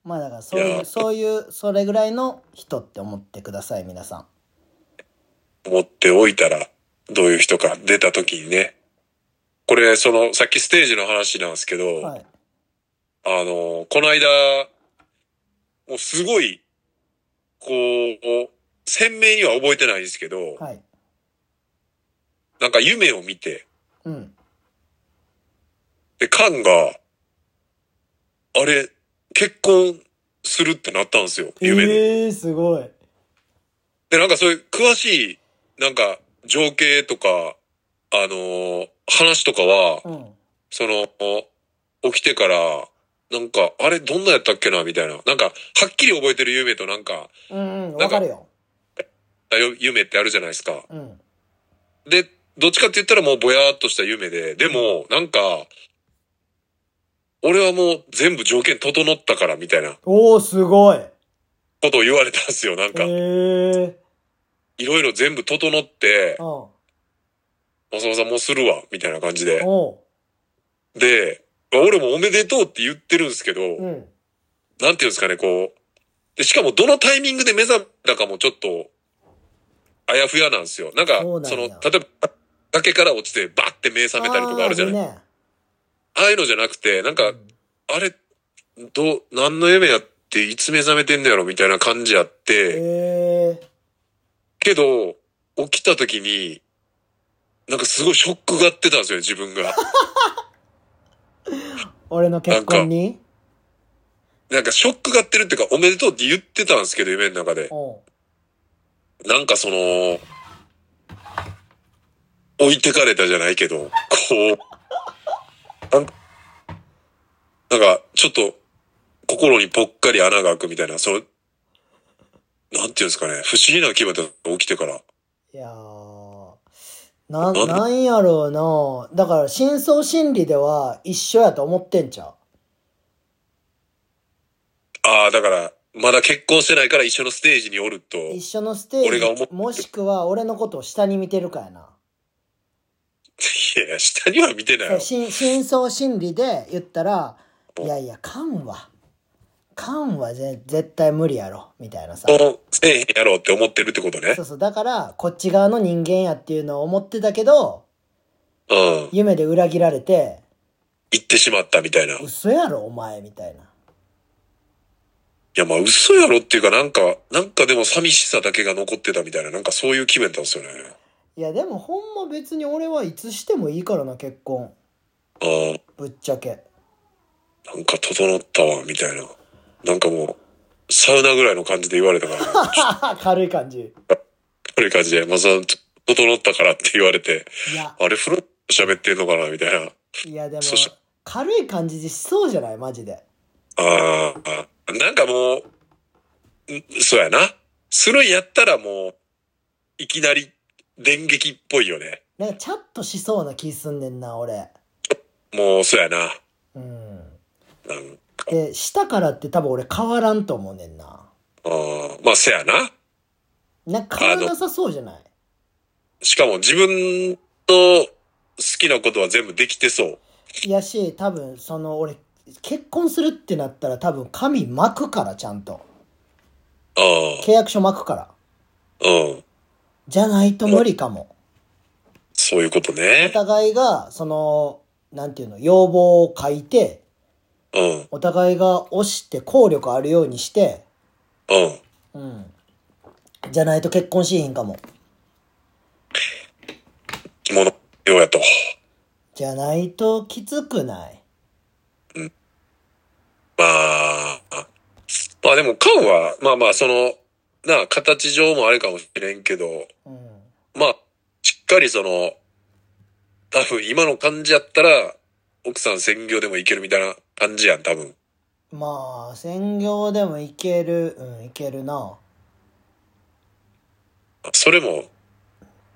A: まあだから、そうい、
B: いうや
A: そういう、それぐらいの人って思ってください、皆さん。
B: 持っておいたら、どういう人か出た時にね。これ、その、さっきステージの話なんですけど、
A: はい。
B: あの、この間、もうすごい、こう、鮮明には覚えてないですけど、
A: はい。
B: なんか夢を見て、
A: うん。
B: で、カンが、あれ、結婚するってなったんですよ、夢で。
A: ええー、すごい。
B: で、なんかそういう詳しい、なんか、情景とか、あのー話とかは、
A: うん。
B: その、起きてから、なんか、あれ、どんなやったっけな、みたいな。なんか、はっきり覚えてる夢となんか、
A: うんうん、
B: な
A: わ
B: んか
A: かるよ。
B: よ夢ってあるじゃないですか。
A: うん。
B: で、どっちかって言ったらもうぼやーっとした夢で、でも、なんか、俺はもう全部条件整ったから、みたいな
A: おー、すごい。え
B: ことを言われたんですよ。なん
A: え
B: か、
A: ー。
B: いろいろ全部整って、
A: うん。
B: 松本さんもうするわ、みたいな感じで。
A: おう。
B: で、俺もおめでとうって言ってるんですけど、
A: うん。
B: なんていうんですかね、こう。で、しかもどのタイミングで目覚めたかもちょっと、あやふやなんですよ。なんか、
A: そ
B: そう
A: なんや
B: の、例えば、崖から落ちてバッて目覚めたりとかあるじゃない。あ
A: あーるね
B: あいうのじゃなくて、なんか
A: う、ん
B: あれ、どう、何の夢やって、いつ目覚めてんのやろみたいな感じやって、
A: ええ
B: けど、起きた時に、なんかすごいショックがあってたんですよ、自分が。
A: 俺の結婚に
B: なんかショックがってるっていうか、おめでとうって言ってたんですけど、夢の中で。
A: おう
B: なんかその、置いてかれたじゃないけど、こう、なんなんか、ちょっと、心にぽっかり穴が開くみたいな、その、なんていうんですかね、不思議な気分だった起きてから。
A: いやーななんやろうなだから深層心理では一緒やと思ってんちゃ
B: ああ、だから、まだ結婚してないから一緒のステージにおると、
A: 一緒のステ
B: 俺が思
A: ー
B: って
A: ジ、もしくは俺のことを下に見てるかやな。
B: いやいや、下には見てない
A: そ
B: よ
A: う。深深層心理で言ったら「
B: うん
A: いやいやカンはカンはぜ絶対無理やろ」みたいなさ
B: もうせえへんやろうって思ってるってことね
A: そ。うそうだからこっち側の人間やっていうのを思ってたけど
B: うん。
A: 夢で裏切られて
B: 行ってしまったみたいな。
A: 「
B: い
A: 嘘やろお前」みたいな
B: や、まあ嘘やろっていうかなんか、なんかでも寂しさだけが残ってたみたいな、なんかそういう気分だったんですよね。
A: いやでもほんま別に俺はいつしてもいいからな結婚
B: あ
A: ぶっちゃけ
B: あ、なんか整ったわ、みたいな。なんかもう、サウナぐらいの感じで言われたか ら、こ
A: 軽い感じ
B: ういう感じで、まあ、その整ったからって言われて、
A: いや
B: あれ、風呂喋ってんのかなみたいな。
A: いやでも
B: そし
A: 軽い感じでしそうじゃないマジで
B: ああ、なんかもう、んそうやな。するんやったらもう、いきなり電撃っぽいよね。
A: なんかチャッとしそうな気すんねんな俺
B: もう、そうやな。
A: うん
B: なんか、
A: で下からって多分俺変わらんと思うねんな
B: あーまあ、そうやな。
A: なんか変わらなさそうじゃない
B: しかも自分の好きなことは全部できてそう。
A: いやし多分その俺結婚するってなったら多分紙巻くからちゃんと
B: あ
A: 契約書巻くから
B: あ、うん。
A: じゃないと無理かも
B: そういうこと
A: お
B: ね。
A: 互いがそのなんていうの要望を書いて
B: うん、うん。
A: お互いが押して効力あるようにしてうんじゃないと結婚しへんかも
B: 着物用やと。
A: じゃないときつくない
B: まあ、まあでも、カンは、まあまあ、その、なあ、形上もあれかもしれんけど、
A: うん
B: まあ、しっかりその、多分今の感じやったら、奥さん専業でもいけるみたいな感じやん、多分。
A: まあ専業でもいけるうんいけるな
B: それも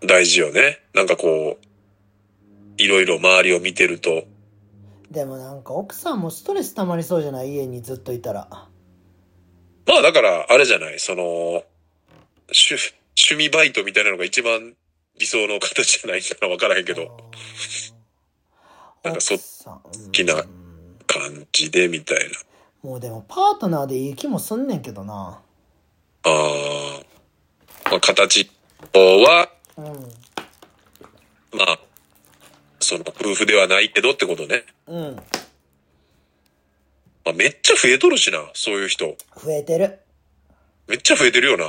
B: 大事よね。なんかこう、いろいろ周りを見てると。
A: でもなんか奥さんもストレス溜まりそうじゃない家にずっといたら
B: まあだから、あれじゃない、その、趣、趣味バイトみたいなのが一番理想の形じゃないからわからへんけ
A: け
B: ど、なんかそ
A: 好
B: きな感じでみたいな。
A: もうでもパートナーでいい気もすんねんけどな
B: ああ、まあ形は、
A: うん
B: まあ、その夫婦ではないけどってことね。
A: うん
B: まあ、めっちゃ増えとるしな、そういう人。
A: 増えてる
B: めっちゃ増えてるよな。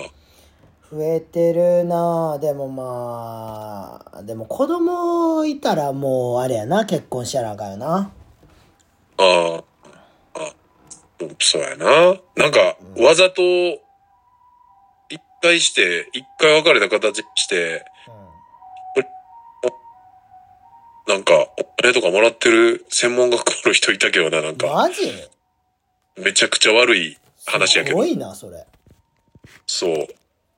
A: 増えてるなでもまあでも子供いたらもうあれやな結婚しやなあかんよな
B: ああ。あ、そうやな。なんか、わざと、一回して、一回別れた形して、なんか、お金とかもらってる専門学校の人いたけどな、なん
A: うん
B: か、
A: マジ
B: めちゃくちゃ悪い話やけ
A: すご
B: ど。
A: いなそれ
B: そう。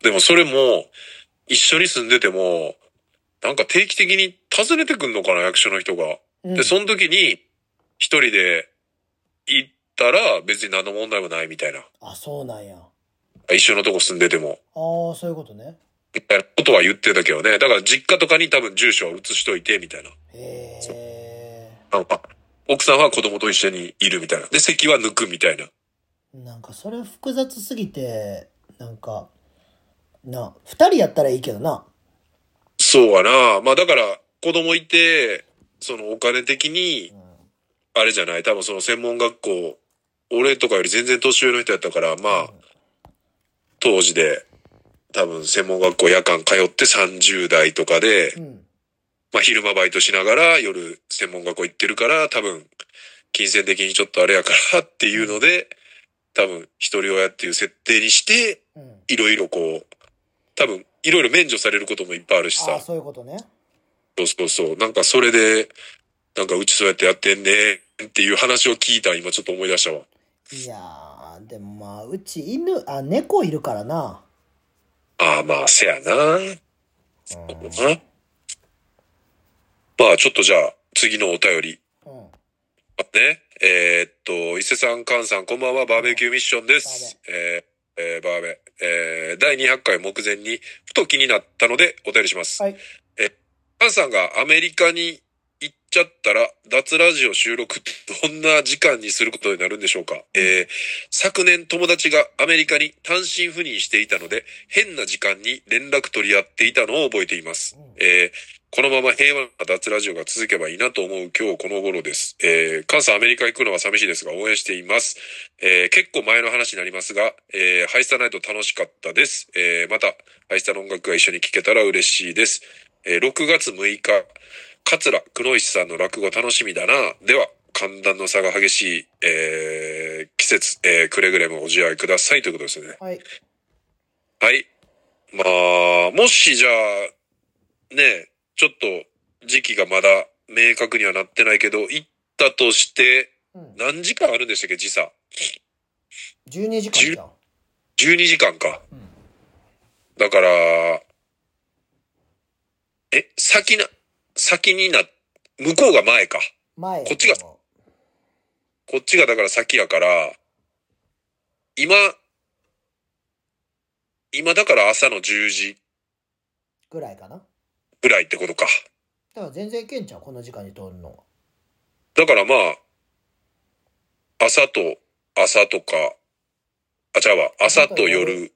B: でもそれも、一緒に住んでても、なんか定期的に訪ねてくんのかな、役所の人が。
A: うん
B: で、その時に、一人で行ったら別に何の問題もないみたいな。
A: あそうなんやあ
B: 一緒のとこ住んでても。
A: あーそういうことね
B: みたいなことは言ってたけどね。だから実家とかに多分住所は移しといて、みたいな。
A: へえ
B: なんか、奥さんは子供と一緒にいるみたいな。で、席は抜くみたいな。
A: なんかそれ複雑すぎてなんかな二人やったらいいけどな
B: そうはな。まあだから、子供いて、そのお金的に、あれじゃない。多分その専門学校、俺とかより全然年上の人やったから、まあ、当時で、多分専門学校夜間通って30代とかで、
A: うん
B: まあ、昼間バイトしながら夜専門学校行ってるから多分金銭的にちょっとあれやからっていうので多分一人親っていう設定にして
A: うん
B: いろいろこう多分いろいろ免除されることもいっぱいあるし
A: ああ
B: さ
A: そういうことね
B: そうそうそうなんかそれでなんかうちそうやってやってんねっていう話を聞いた今ちょっと思い出したわ
A: いやーでもまあうち犬あ猫いるからな
B: ああまあせやな
A: うん
B: まあちょっとじゃあ次のお便り
A: うん
B: ねえーっと、伊勢さん、菅さん、こんばんは、バーベキューミッションです。えーえーバーベ、えー第200回目前に、ふと気になったので、お便りします。
A: はい
B: え、菅さんがアメリカに行っちゃったら、脱ラジオ収録ってどんな時間にすることになるんでしょうか、えー昨年友達がアメリカに単身赴任していたので、変な時間に連絡取り合っていたのを覚えています。
A: うん
B: えーこのまま平和な脱ラジオが続けばいいなと思う今日この頃です。えー、関西アメリカ行くのは寂しいですが応援しています。えー結構前の話になりますが、えーハイスタナイト楽しかったです。えーまた、ハイスタの音楽が一緒に聴けたら嬉しいです。えー6月6日、桂久野石さんの落語楽しみだな。では、寒暖の差が激しい、えー季節、えーくれぐれもご自愛くださいということですね。
A: はい。
B: はい。まあ、もしじゃあ、ね、ちょっと時期がまだ明確にはなってないけど、行ったとして、
A: うん。
B: 何時間あるんでしたっけ、時差。
A: 12時間じゃん。
B: 12時間か。
A: うん。
B: だから、え、先な、先にな、向こうが前か。
A: 前。
B: こっちがこっちがだから先やから、今、今だから朝の10時
A: ぐらいかな。だ
B: ぐらいってことか。
A: から全然いけんちゃうこの時間に通るのは。
B: だからまあ、朝と、朝とか、あ、ちゃうわ、朝と夜、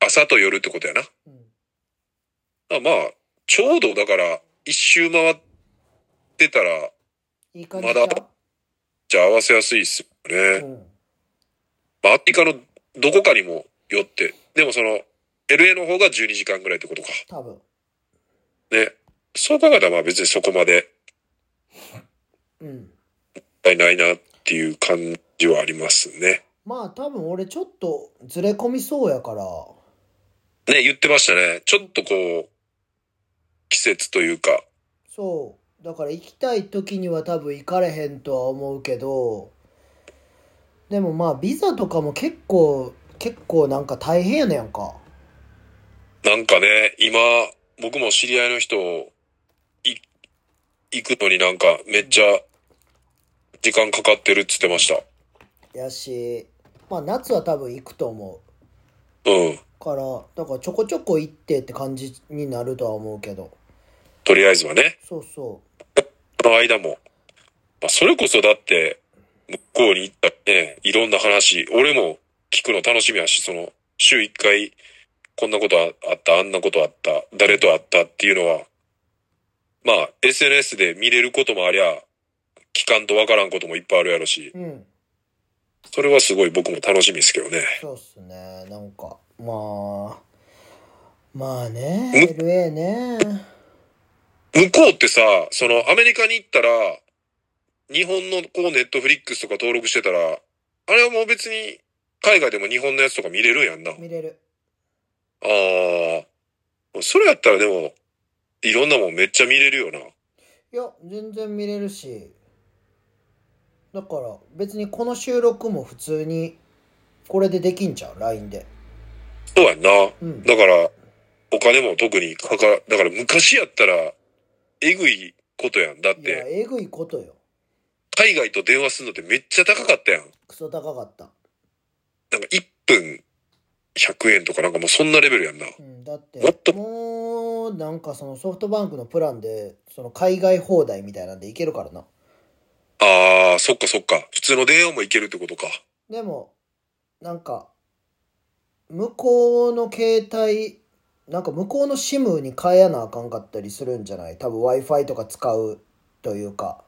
B: 朝と夜ってことやな。
A: うん。
B: あまあ、ちょうどだから、一周回ってたら、
A: いい感じじ
B: まだじゃあ合わせやすいっすよ
A: ゃん。
B: ね。
A: うん。
B: まあ、アフリカのどこかにもよって、でもその、LA の方が12時間ぐらいってことか。
A: 多分。
B: ね。そう考えたらまあ別にそこまで、
A: うん。
B: ないなっていう感じはありますね。
A: まあ多分俺ちょっとずれ込みそうやから。
B: ね、言ってましたね。ちょっとこう、季節というか、
A: そう。だから行きたい時には多分行かれへんとは思うけど、でもまあビザとかも結構、結構なんか大変やねんか。
B: なんかね、今、僕も知り合いの人、い、行くのになんかめっちゃ、時間かかってるっつってました。
A: やし、まあ夏は多分行くと思う。
B: うん。
A: から、だからちょこちょこ行ってって感じになるとは思うけど。
B: とりあえずはね。
A: そうそ
B: この間も。まあ、それこそだって、向こうに行ったらね、いろんな話、俺も聞くの楽しみやし、その、週一回、こんなことあった、あんなことあった、誰と会ったっていうのは、まあ、SNS で見れることもありゃ、聞かんとわからんこともいっぱいあるやろし、
A: う。うん。
B: それはすごい僕も楽しみですけどね。
A: そうっすね。なんか、まあ、まあね、
B: うん
A: LA ね。
B: 向こうってさ、そのアメリカに行ったら、日本のこうネットフリックスとか登録してたら、あれはもう別に海外でも日本のやつとか見れるんやんな。あ
A: 見れる。
B: あ、それやったらでも、いろんなもんめっちゃ見れるよな。
A: いや、全然見れるし。だから、別にこの収録も普通に、これでできんちゃう ?LINE で。
B: そうやんな。
A: うん。
B: だから、お金も特にかか、だから昔やったら、えぐいことやん。だっ
A: いや、
B: て、
A: えぐいことよ。
B: 海外と電話するのってめっちゃ高かったやん。
A: クソ高かった。
B: なんか1分100円とかなんかもうそんなレベルやんな。
A: うん、だっ、
B: もってと
A: もう、なんかそのソフトバンクのプランで、その海外放題みたいなんでいけるからな。
B: ああ、そっかそっか。普通の電話もいけるってことか。
A: でも、なんか、向こうの携帯、なんか向こうの SIM に変えやなあかんかったりするんじゃない多分 Wi-Fi とか使うというか。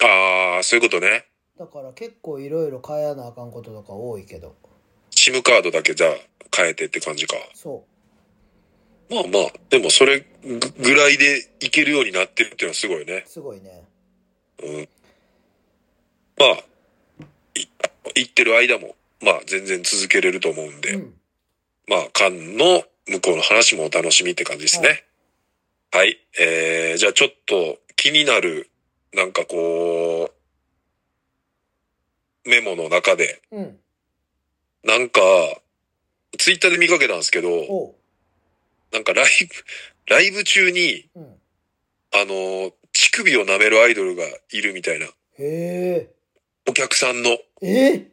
B: ああ、そういうことね。
A: だから結構いろいろ変えやなあかんこととか多いけど。
B: シムカードだけじゃ変えてって感じか。
A: そ
B: まあまあ、でもそれぐぐらいでいけるようになってるっていうのはすごいね
A: う、。すごいね。
B: うん。まあ、い行ってる間も、まあ全然続けれると思うんで、
A: うん。
B: まあ、カンの向こうの話もお楽しみって感じですね。はい、えー、じゃあちょっと気になる、なんかこう、メモの中で、
A: うん。
B: なんか、ツイッターで見かけたんですけど、
A: おう。
B: なんかライブ、ラ イブ中に、
A: うん。
B: あのー、乳首を舐めるアイドルがいるみたいな。
A: へえ。
B: お客さんの。
A: え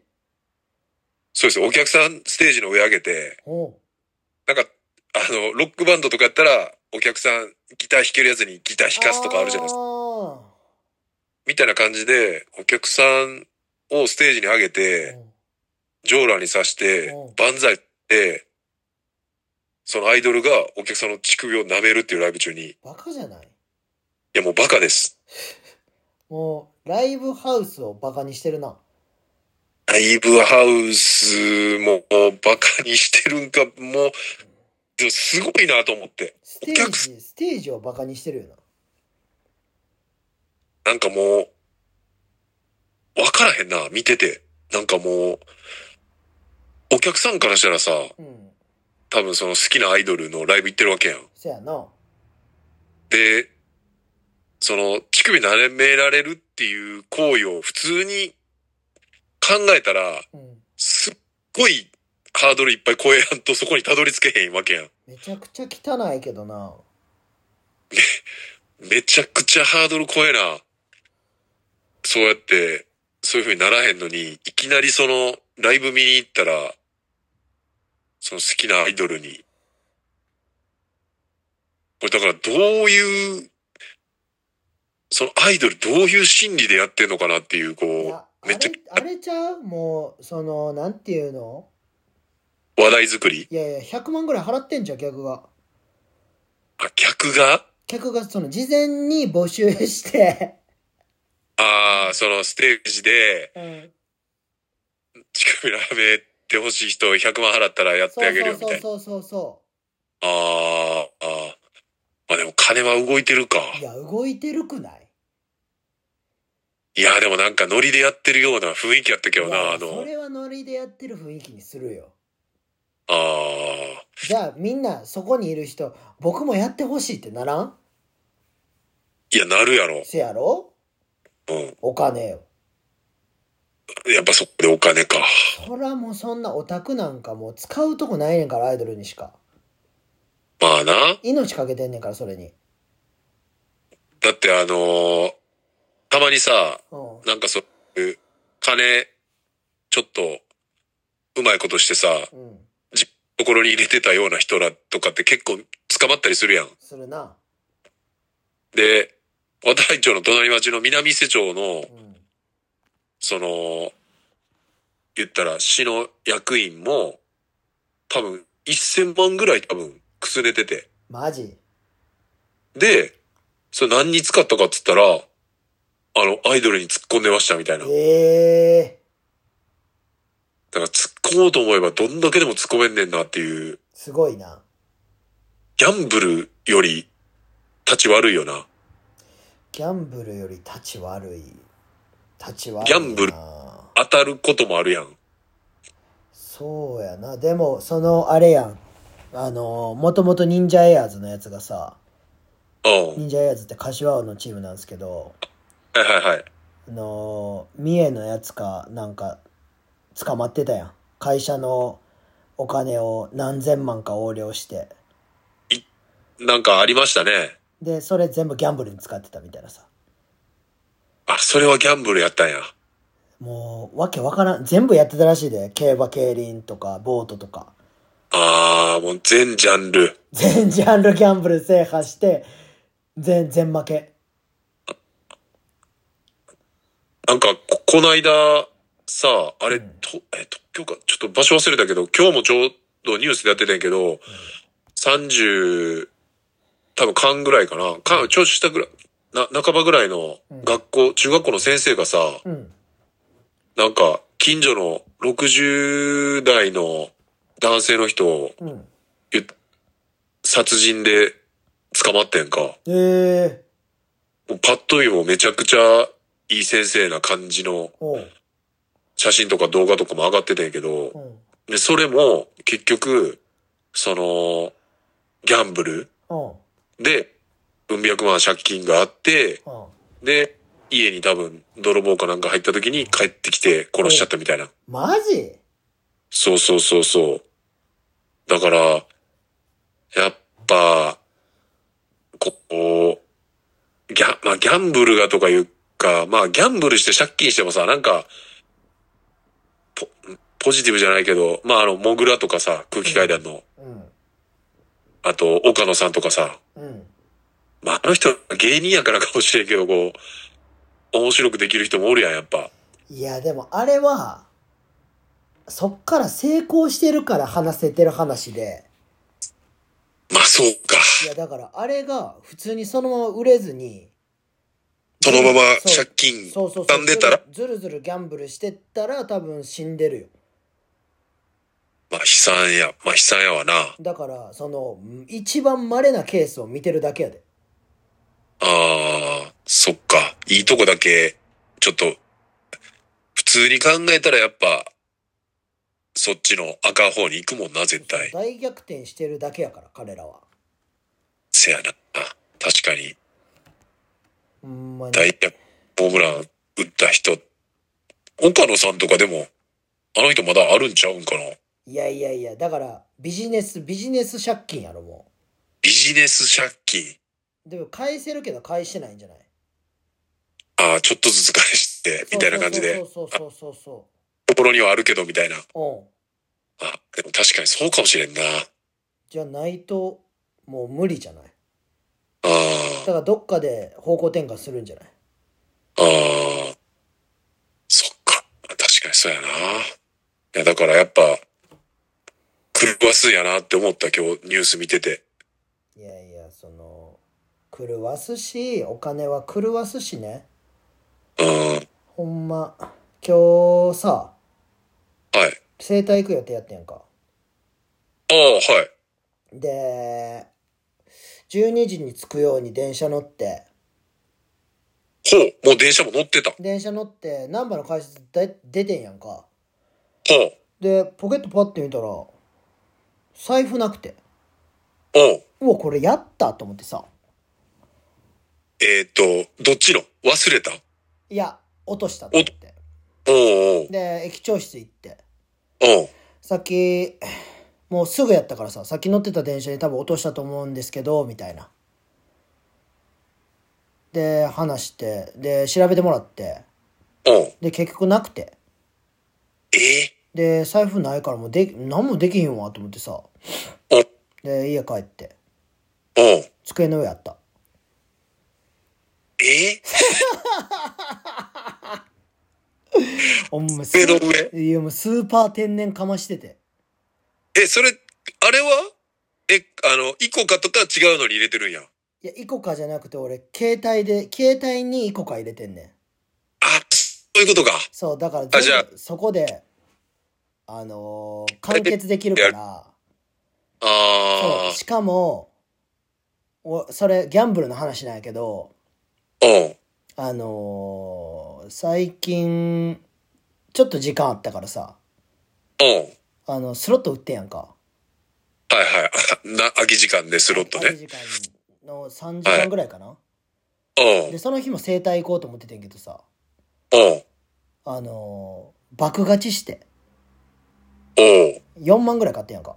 B: そうです。お客さんステージの上上げて、
A: おう
B: なんか、あの、ロックバンドとかやったら、お客さん、ギター弾けるやつにギター弾かすとかあるじゃないですか。
A: あ
B: みたいな感じで、お客さんをステージに上げ
A: ー
B: て、ジョーラーに刺して
A: うん、
B: 万歳って、そのアイドルがお客さんの乳首を舐めるっていうライブ中に、い
A: バカじゃない
B: やもうバカです。
A: もう、ライブハウスをバカにしてるな。
B: ライブハウスもバカにしてるんか、もう、でもすごいなと思って。
A: ステ
B: お
A: ー
B: 客さ
A: ジ、ステージをバカにしてるよな。
B: なんかもう、わからへんな、見てて。なんかもう、お客さんからしたらさ、
A: うん。
B: 多分その好きなアイドルのライブ行ってるわけやん。
A: そやな。
B: で、その、乳首舐められるっていう行為を普通に考えたら、
A: うん。
B: すっごいハードルいっぱい超えやんとそこにたどり着けへんわけやん。
A: めちゃくちゃ汚いけどな。
B: めちゃくちゃハードル超えな。そうやって、そういう風にならへんのに、いきなりその、ライブ見に行ったら、その好きなアイドルに。これだからどういう、そのアイドルどういう心理でやってんのかなっていう、こ
A: いうや、、あ
B: め
A: れ
B: っち、
A: あれちゃうもう、その、なんていうの
B: ゃ話題作り。
A: いやいや、100万ぐらい払ってんじゃん、客が。
B: あ、客が
A: 客が、その、事前に募集して、
B: ああ、そのステージで、
A: うん。
B: 乳首舐めてほしい人100万払ったらやってあげるよみたいな。
A: そうそうそうそうそ
B: あーあー。まあでも金は動いてるか。
A: う。いや、動いてるくない
B: いや、でもなんかノリでやってるような雰囲気やったけど
A: い
B: な、
A: や
B: あの
A: そ。れはノリでやってる雰囲気にするよ。
B: ああ。
A: じゃあ、みんな、そこにいる人、僕もやってほしいってならん
B: いや、なるやろ。
A: せやろ
B: う
A: お金よ。
B: ん。やっぱそこでお金か。
A: そらもうそんなオタクなんかもう使うとこないねんから、アイドルにしか。
B: まあな。
A: 命かけてんねんから、それに。
B: だってあのーたまにさ、
A: うん。
B: なんかそういう、金、ちょっと、うまいことしてさ、
A: うん。
B: ところに入れてたような人らとかって結構捕まったりするやん。
A: するな。
B: で、和田町の隣町の南伊勢町の
A: うん。
B: その、言ったら市の役員も、多分1000万ぐらい多分くすねてて。
A: マジ
B: で、それ何に使ったかっつったら、あの、アイドルに突っ込んでましたみたいな。だか
A: ええ
B: ら突っ込もうと思えばどんだけでも突っ込めんねんなっていう、
A: すごいな。
B: ギャンブルより立ち悪いよな。
A: ギャンブルより立ち悪い。立ち悪いな。
B: ギャンブル当たることもあるやん。
A: そうやな。でも、その、あれやん。あの、もともと忍者エアーズのやつがさ、
B: うん。
A: 忍者エアーズって柏のチームなんですけど、
B: はいはいはい。
A: あの、三重のやつか、なんか、捕まってたやん。会社のお金を何千万か横領して。
B: なんかありましたね。
A: で、それ全部ギャンブルに使ってたみたいなさ。
B: あ、それはギャンブルやったんや。
A: もう、わけわからん。全部やってたらしいで。競馬、競輪とか、ボートとか。
B: あー、もう全ジャンル。
A: 全 ジャンルギャンブル制覇して、全、全負け。
B: なんか、こ、この間、さ、あれ、
A: うん
B: と、え、東京か、ちょっと場所忘れたけど、今日もちょうどニュースでやってたんやけど、30、多分、間ぐらいかな。間、調子したぐらい、な、半ばぐらいの
A: うん
B: 学校、中学校の先生がさ、
A: うん。
B: なんか、近所の60代の男性の人を、
A: うん。
B: ゆ殺人で捕まってんか。
A: ええ
B: もうパッと見もめちゃくちゃいい先生な感じの
A: おう。
B: 写真とか動画とかも上がってたんやけど、
A: うん。
B: で、それも、結局、その、ギャンブル
A: うん。
B: で、うん百万借金があって、
A: うん。
B: で、家に多分、泥棒かなんか入った時に帰ってきて殺しちゃったみたいな。
A: マジ
B: そうそうそうそう。だから、やっぱ、こう、ギャ、まあ、ギャンブルがとかいうか、まあギャンブルして借金してもさ、なんか、ポポジティブじゃないけど、まああの、モグラとかさ、空気階段の、
A: うん。
B: あと、岡野さんとかさ、
A: うん。
B: まああの人、芸人やからかもしれんけど、こう、面白くできる人もおるやん、やっぱ。
A: いや、でもあれは、そっから成功してるから話せてる話で、
B: まあそうか。
A: いや、だからあれが普通にそのまま売れずに、
B: そのまま
A: そう
B: 借金。
A: そうそうそう。
B: 並んでたら
A: ずるずるずるギャンブルしてったら多分死んでるよ。
B: まあ悲惨や、まあ悲惨やわな。
A: だから、その、一番稀なケースを見てるだけやで。
B: ああ、そっか。いいとこだけ、ちょっと、普通に考えたらやっぱ、そっちの赤い方に行くもんな、絶対。
A: 大逆転してるだけやから、彼らは。
B: せやな。確かに、
A: ほんまに。
B: 大逆、ホームラン打った人、岡野さんとかでも、あの人まだあるんちゃうんかな。
A: いやいやいや、だから、ビジネス、ビジネス借金やろ、も
B: ビジネス借金。
A: う。でも、返せるけど返してないんじゃない
B: ああ、ちょっとずつ返して、みたいな感じで、
A: そうそうそうそうそう
B: 心にはあるけど、みたいな。
A: そう。うん。
B: あ、でも確かにそうかもしれんな。あ
A: じゃないと、もう無理じゃない。
B: あ
A: だ。から、どっかで方向転換するんじゃない
B: ああ、そっか。確かにそうやな。いや、だからやっぱ、狂わすんやなって思った今日ニュース見てて。
A: いやいや、その、狂わすし、お金は狂わすしね。
B: うん。はい。
A: ほんま、今日さ、整体行く予定やってんやんか。
B: ああ、はい。
A: で、12時に着くように電車乗って、
B: ほう、もう電車も乗ってた。ほ
A: 電車乗って、難波の改札で出てんやんか。
B: う、
A: で、ポケットパッて見たら、財布なくて。
B: おう。
A: うわ、これやったと思ってさ。
B: えっ、と、どっちの忘れた
A: いや、落としたと思って。
B: おうおう。
A: で、駅長室行って。
B: おう。
A: さっき、もうすぐやったからさ、さっき乗ってた電車で多分落としたと思うんですけど、みたいな。で、話して、で、調べてもらって、
B: おう。
A: で、結局なくて。
B: え
A: で、財布ないからもうで、何もできひんわ、と思ってさ。
B: ー、
A: で、家帰って、
B: おおう。
A: 机の上やった。
B: え
A: お前、ス
B: ー、上の上。
A: いや、もうスーパー天然かましてて。
B: え、それ、あれはえ、あの、イコカとか違うのに入れてるんや。
A: いや、イコカじゃなくて俺、携帯で、携帯にイコカ入れてんねん。
B: あ、そういうことか。
A: そう、だから全
B: あじゃあ
A: 部、そこで、あのー完結できるから、
B: あ
A: そうしかもおそれギャンブルの話なんやけど
B: あ。おう。
A: あのー最近ちょっと時間あったからさ
B: おう。
A: あのスロット売ってんやんか
B: はいはい あ。な、空き時間でスロット
A: 空き
B: ね。
A: 時間の3時間ぐらいかな、
B: うん
A: で。その日も整体行こうと思っててんけどさ
B: うん。
A: あのー爆勝ちして
B: おう。
A: 4万ぐらい買ってんやんか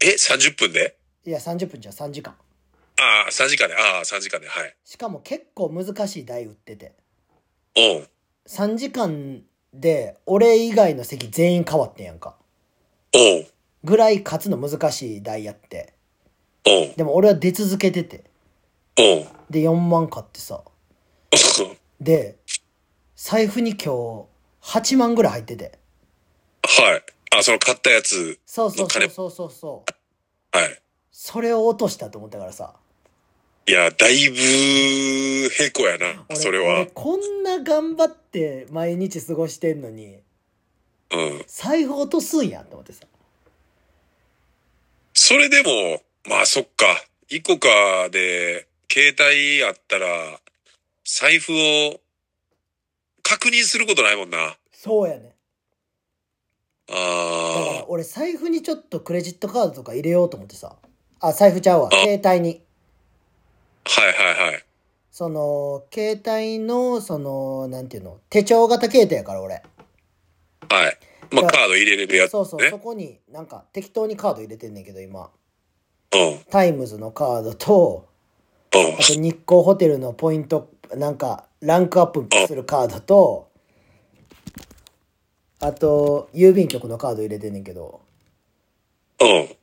B: え、30分で
A: いや30分じゃ3時間
B: ああ、3時間で。ああ、3時間で。はい。
A: しかも結構難しい台売ってて
B: うん。
A: 3時間で俺以外の席全員変わってんやんか
B: おう。
A: ぐらい勝つの難しい台やって。
B: おう。
A: でも俺は出続けてて。
B: おう。
A: で、4万買ってさ。で、財布に今日、8万ぐらい入ってて。
B: はい。あ、その買ったやつ。
A: そうそうそうそうそうそう。
B: はい。
A: それを落としたと思ったからさ。
B: いや、だいぶ、へこやな。
A: 俺
B: それ
A: 俺
B: は。
A: こんな頑張って毎日過ごしてんのに、
B: うん。
A: 財布落とすんやと思ってさ。
B: それでも、まあそっか。イコカで、携帯あったら、財布を、確認することないもんな。あ
A: そうやね。だから
B: あ。
A: 俺財布にちょっとクレジットカードとか入れようと思ってさ。あ、財布ちゃうわ。
B: あ
A: 携帯に。
B: はいはいはい。
A: その、携帯の、その、なんていうの、手帳型携帯やから俺。
B: はい。まあ、
A: だ
B: カード入れれるやつね。
A: そうそう、そこになんか適当にカード入れてんねんけど今。
B: うん。うん。
A: タイムズのカードと、あと日光ホテルのポイント、なんかランクアップするカードと、あと、郵便局のカード入れてんねんけど、
B: う
A: だ
B: ん。
A: か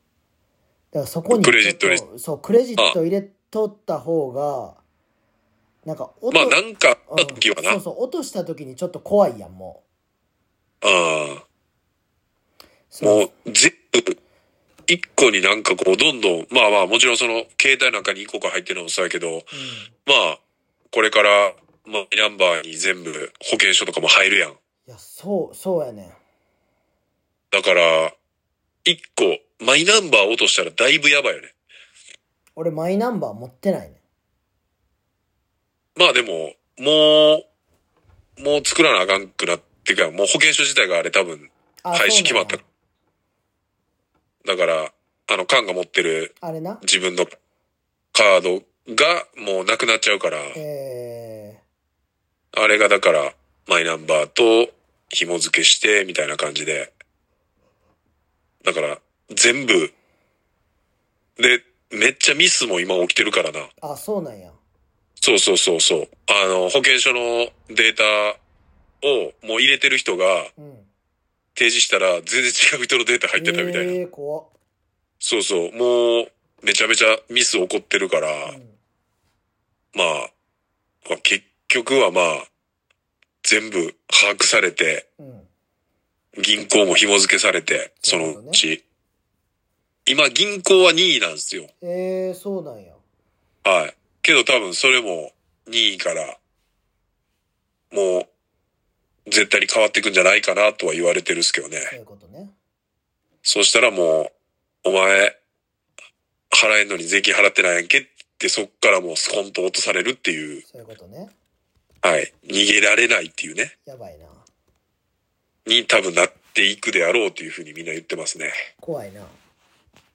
A: らそこに
B: クレジット
A: ちょっとそう、クレジット入れとった方が、なんか音、
B: まあ、なんかあった時は
A: うん、
B: な。あ
A: そうそう、落とした時にちょっと怖いやん、もう。
B: あ。も、
A: そう
B: 全部、一個になんかこう、どんどん、まあまあ、もちろんその、携帯なんかに一個か入ってるのもそうやけど、
A: うん
B: まあ、これから、まあ、ナンバーに全部、保険証とかも入るやん。
A: いや、そう、そうやねん。
B: だから、一個、マイナンバー落としたらだいぶやばいよね。
A: 俺、マイナンバー持ってないねん。
B: まあでも、もう、もう作らなあかんくなってくやん。もう保険証自体があれ多分、
A: あ
B: 廃止
A: そ
B: 決
A: うな
B: ま
A: ん
B: っ
A: や
B: た。だから、あの、カンが持ってる
A: あれな。
B: 自分のカードがもうなくなっちゃうから、
A: え
B: あれがだから、マイナンバーと紐付けして、みたいな感じで。だから、全部。で、めっちゃミスも今起きてるからな。
A: ー、あ、そうなんや。
B: そうそうそうそう。あの、保険証のデータをもう入れてる人が
A: うん。
B: 提示したら全然違う人のデータ入ってたみたいな。
A: ええー、怖っ。
B: そうそう。もう、めちゃめちゃミス起こってるから、
A: うん
B: まあ、まあ結局はまあ、全部把握されて、
A: うん。
B: 銀行も紐付けされて、そのうち。今、銀行は2位なんですよ。
A: ええー、そうなんや。
B: はい。けど多分それも2位から、もう、絶対に変わっていくんじゃないかなとは言われてるっすけど
A: そう
B: ね。
A: いうことね。
B: そうしたらもう、お前、払えんのに税金払ってないやんけって、そっからもうスコンと落とされるっていう、
A: そういうことね。
B: はい。逃げられないっていうね、
A: やばいな。
B: に多分なっていくであろうというふうにみんな言ってますね。
A: 怖いな。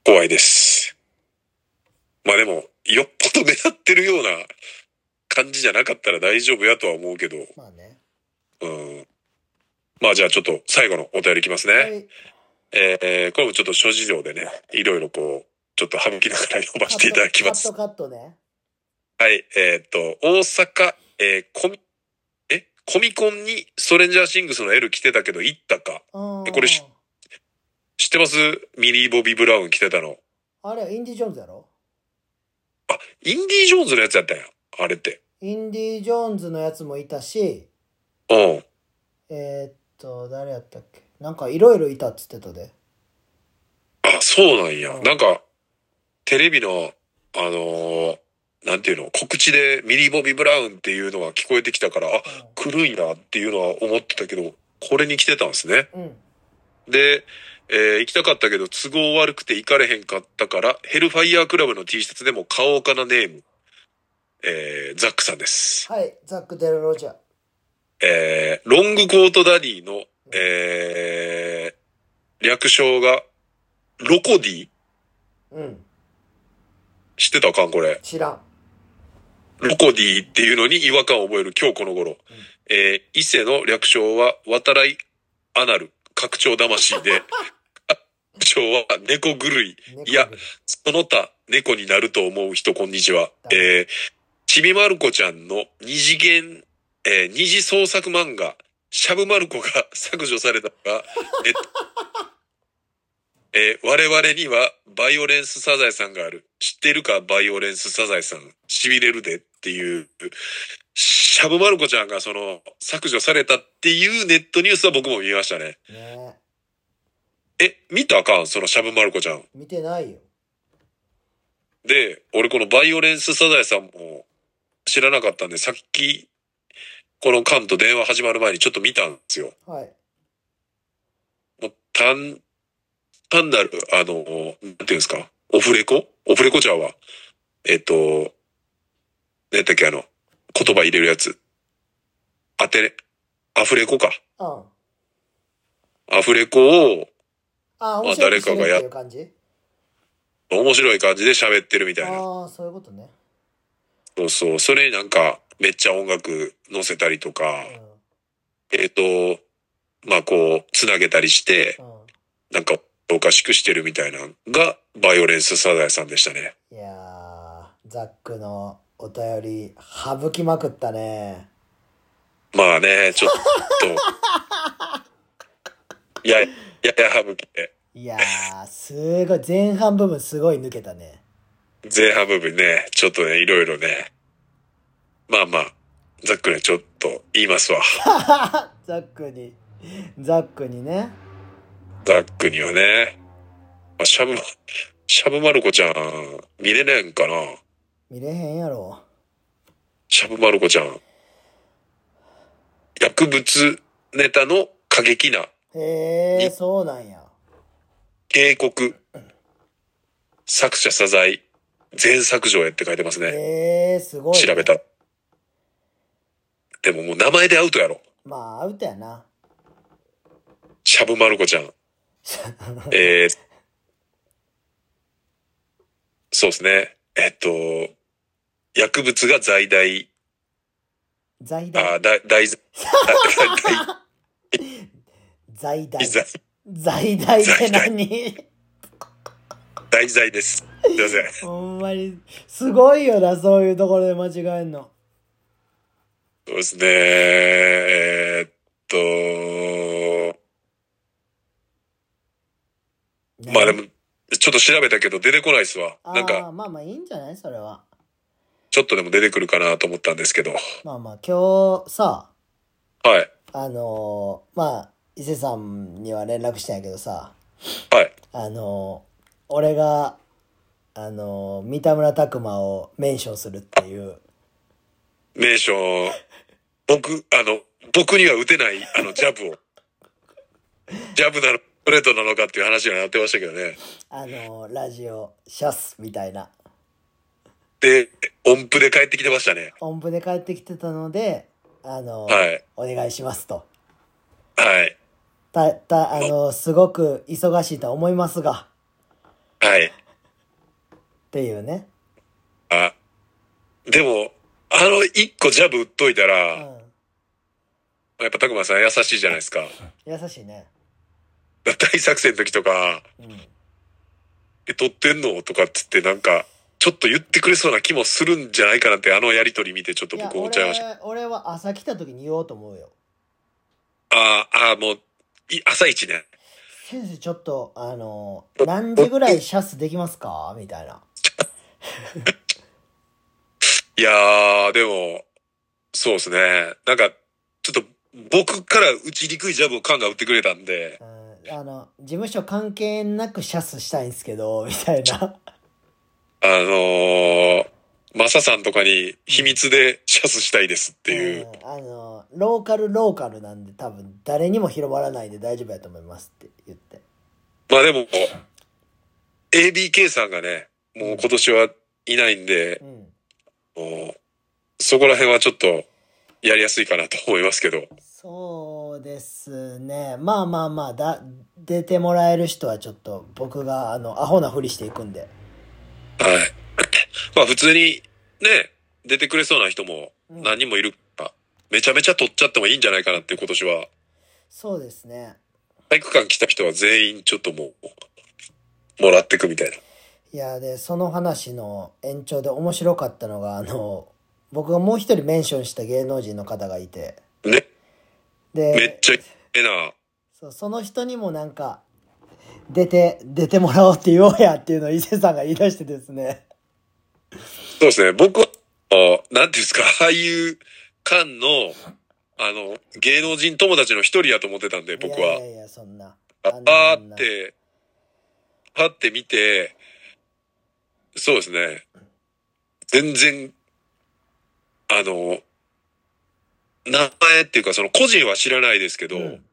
B: 怖いです。まあでも、よっぽど目立ってるような感じじゃなかったら大丈夫やとは思うけど、
A: まあね。
B: うん。まあじゃあちょっと最後のお便りいきますね。
A: はい。
B: えー、これもちょっと諸事情でね、いろいろこう、ちょっと省きながら読ませていただきます。
A: カットカットね。
B: はい、えーっと、大阪、えー、コミ、え、コミコンにストレンジャーシングスの L 来てたけど行ったか。
A: うん。
B: えこれし知ってますミリー・ボビー・ブラウン来てたの。
A: あれ、インディ・ジョーンズやろ
B: あ、インディ・ジョーンズのやつやったんや。あれって。
A: インディ・ジョーンズのやつもいたし、
B: うん。
A: えー、っと、誰やったっけなんかいろいろいたっつってたで。
B: あ、そうなんや
A: う。ん
B: なんか、テレビの、あのーなんていうの、告知でミリー・ボビー・ブラウンっていうのが聞こえてきたから、あ、来るんやっていうのは思ってたけど、これに来てたんですね。
A: うん。うん
B: で、えー行きたかったけど、都合悪くて行かれへんかったから、ヘルファイヤークラブの T シャツでも買おうかなネーム、えーザックさんです。
A: はい、ザック・デル・ロジャー。
B: えーロングコートダディの、えー略称が、ロコディ
A: うん。
B: 知ってたらあかんこれ。
A: 知らん。
B: ロコディっていうのに違和感を覚える今日この頃。えー伊勢の略称は、渡来アナル、拡張魂で、拡張は猫狂い、
A: 猫
B: いや、その他猫になると思う人こんにちは。えーちびまる子ちゃんの二次元、えー二次創作漫画、しゃぶまる子が削除されたのが、えっと えー我々にはバイオレンスサザエさんがある。知ってるかバイオレンスサザエさん。痺れるでっていう、しゃぶまる子ちゃんがその削除されたっていうネットニュースは僕も見ましたね。
A: ね
B: え、見たらあかんそのしゃぶまる子ちゃん。
A: 見てないよ。
B: で、俺このバイオレンスサザエさんも知らなかったんで、さっき、このカンと電話始まる前にちょっと見たんですよ。
A: はい。
B: もう単、単なる、あの、なんていうんですか、オフレコオフレコちゃうわ。えっと、何やったっけ、あの、言葉入れるやつ。当てれ、アフレコか。
A: うん。
B: アフレコを
A: あ、
B: ま
A: 面
B: あ
A: 白いしてる
B: 誰かがや
A: っていう感じ
B: 面白い感じで喋ってるみたいな。
A: ああ、そういうことね。
B: そうそう。それになんか、めっちゃ音楽乗せたりとか。
A: うん。
B: えっ、と、まあこう、つなげたりして、
A: うん。
B: なんかおかしくしてるみたいなのが、バイオレンスサザエさんでしたね。
A: いやー、ザックのお便り、省きまくったね。
B: まあね、ちょっと。いや、いや、や省きで。
A: いやー、すごい。前半部分すごい抜けたね。
B: 前半部分ね、ちょっとね、いろいろね。まあまあ、ざっくりちょっと言いますわ。
A: ザックに。ザックにね。
B: ざっくりはね。まあ、シャブ、シャブマルコちゃん、見れねえんかな
A: 見れへんやろ。
B: シャブマルコちゃん。薬物ネタの過激な
A: へえ、
B: い
A: そうなんや。
B: 警告。作者謝罪。全削除へって書いてますね。
A: へえ、すごい、
B: 調べたら。でももう名前でアウトやろ。
A: まあ、アウトやな。
B: シャブマルコちゃん。えー、そうですね。えっと、薬物が在大、
A: 在
B: あ、
A: 大。
B: 大、大、大、
A: 在大
B: 大、。在、
A: 在大って
B: 在大
A: 何
B: 大罪です。すいません。
A: ほんまに、すごいよな、そういうところで間違えんの。
B: そうですね。えーっと、まあでも、ちょっと調べたけど出てこないっすわ。
A: あー
B: なんか、
A: まあまあいいんじゃないそれは。
B: ちょっとでも出てくるかなと思ったんですけど。は
A: まあまあ、今日さ、
B: い。
A: あのーまあ、伊勢さんには連絡したんやけどさ、
B: はい。
A: あのー俺が、あのー三田村拓磨をメンションするっていう、
B: 名称、僕、あの、僕には打てない、あの、ジャ ブを。ジャブなの、ストレートなのかっていう話にはなってましたけどね。
A: あのーラジオ、シャスみたいな、
B: で、音符で帰ってきてましたね。
A: 音符で帰ってきてたので、あのー
B: はい。
A: お願いしますと。
B: はい。
A: た、た、あのーすごく忙しいとは思いますが、
B: はい。
A: っていうね。
B: あ、でも、あの、一個ジャブ打っといた
A: う
B: ら、
A: ん。
B: やっぱ、たくまさん優しいじゃないですか。
A: 優しいね。
B: 大作戦の時とか、
A: うん。
B: え、撮ってんのとかっつって、なんか、ちょっと言ってくれそうな気もするんじゃないかなって、あのやりとり見て、ちょっと
A: いや
B: 僕思っちゃいました。
A: 俺俺は朝来た時に言おうと思うよ
B: ああ、ああ、もう、い朝一ね。
A: 先生ちょっとあの何時ぐらいシャスできますかみたいない
B: やー、でも、そうですね。なんか、ちょっと、僕から打ちにくいジャブをカンが打ってくれたんで、
A: うんあの事務所関係なくシャスしたいんですけどみ たいな
B: あのー、マサさんとかに秘密でシャスしたいですっていう、
A: うんあのローカルローカルなんで多分誰にも広まらないで大丈夫やと思いますって言って
B: まあでも、ABK さんがね、もう今年はいないんで
A: う、ん
B: もうそこら辺はちょっとやりやすいかなと思い ますけど、
A: そうですねまあまあまあだ出てもらえる人はちょっと僕があのアホなふりしていくんで
B: はい。まあ普通にね、出てくれそうな人も何人もいるから、めちゃめちゃ取っちゃってもいいんじゃないかなって今年は、
A: そうですね
B: 体育館来た人は全員ちょっともう、もらってくみたいな。
A: いやでその話の延長で面白かったのがあの僕がもう一人メンションした芸能人の方がいて
B: ね、めっ
A: で
B: ちゃええな。
A: そうその人にもなんか出て出てもらおうって言おうやっていうのを伊勢さんが言い出してですね
B: そうですね、僕は、あなんていうんですか、 ああいう館の、あの、芸能人友達の一人やと思ってたんで、僕
A: いやいや。
B: は
A: いやそんな
B: あ
A: ん
B: あ
A: な
B: ーって、はって見て、そうですね。全然、あの、名前っていうか、その個人は知らないですけど、
A: うん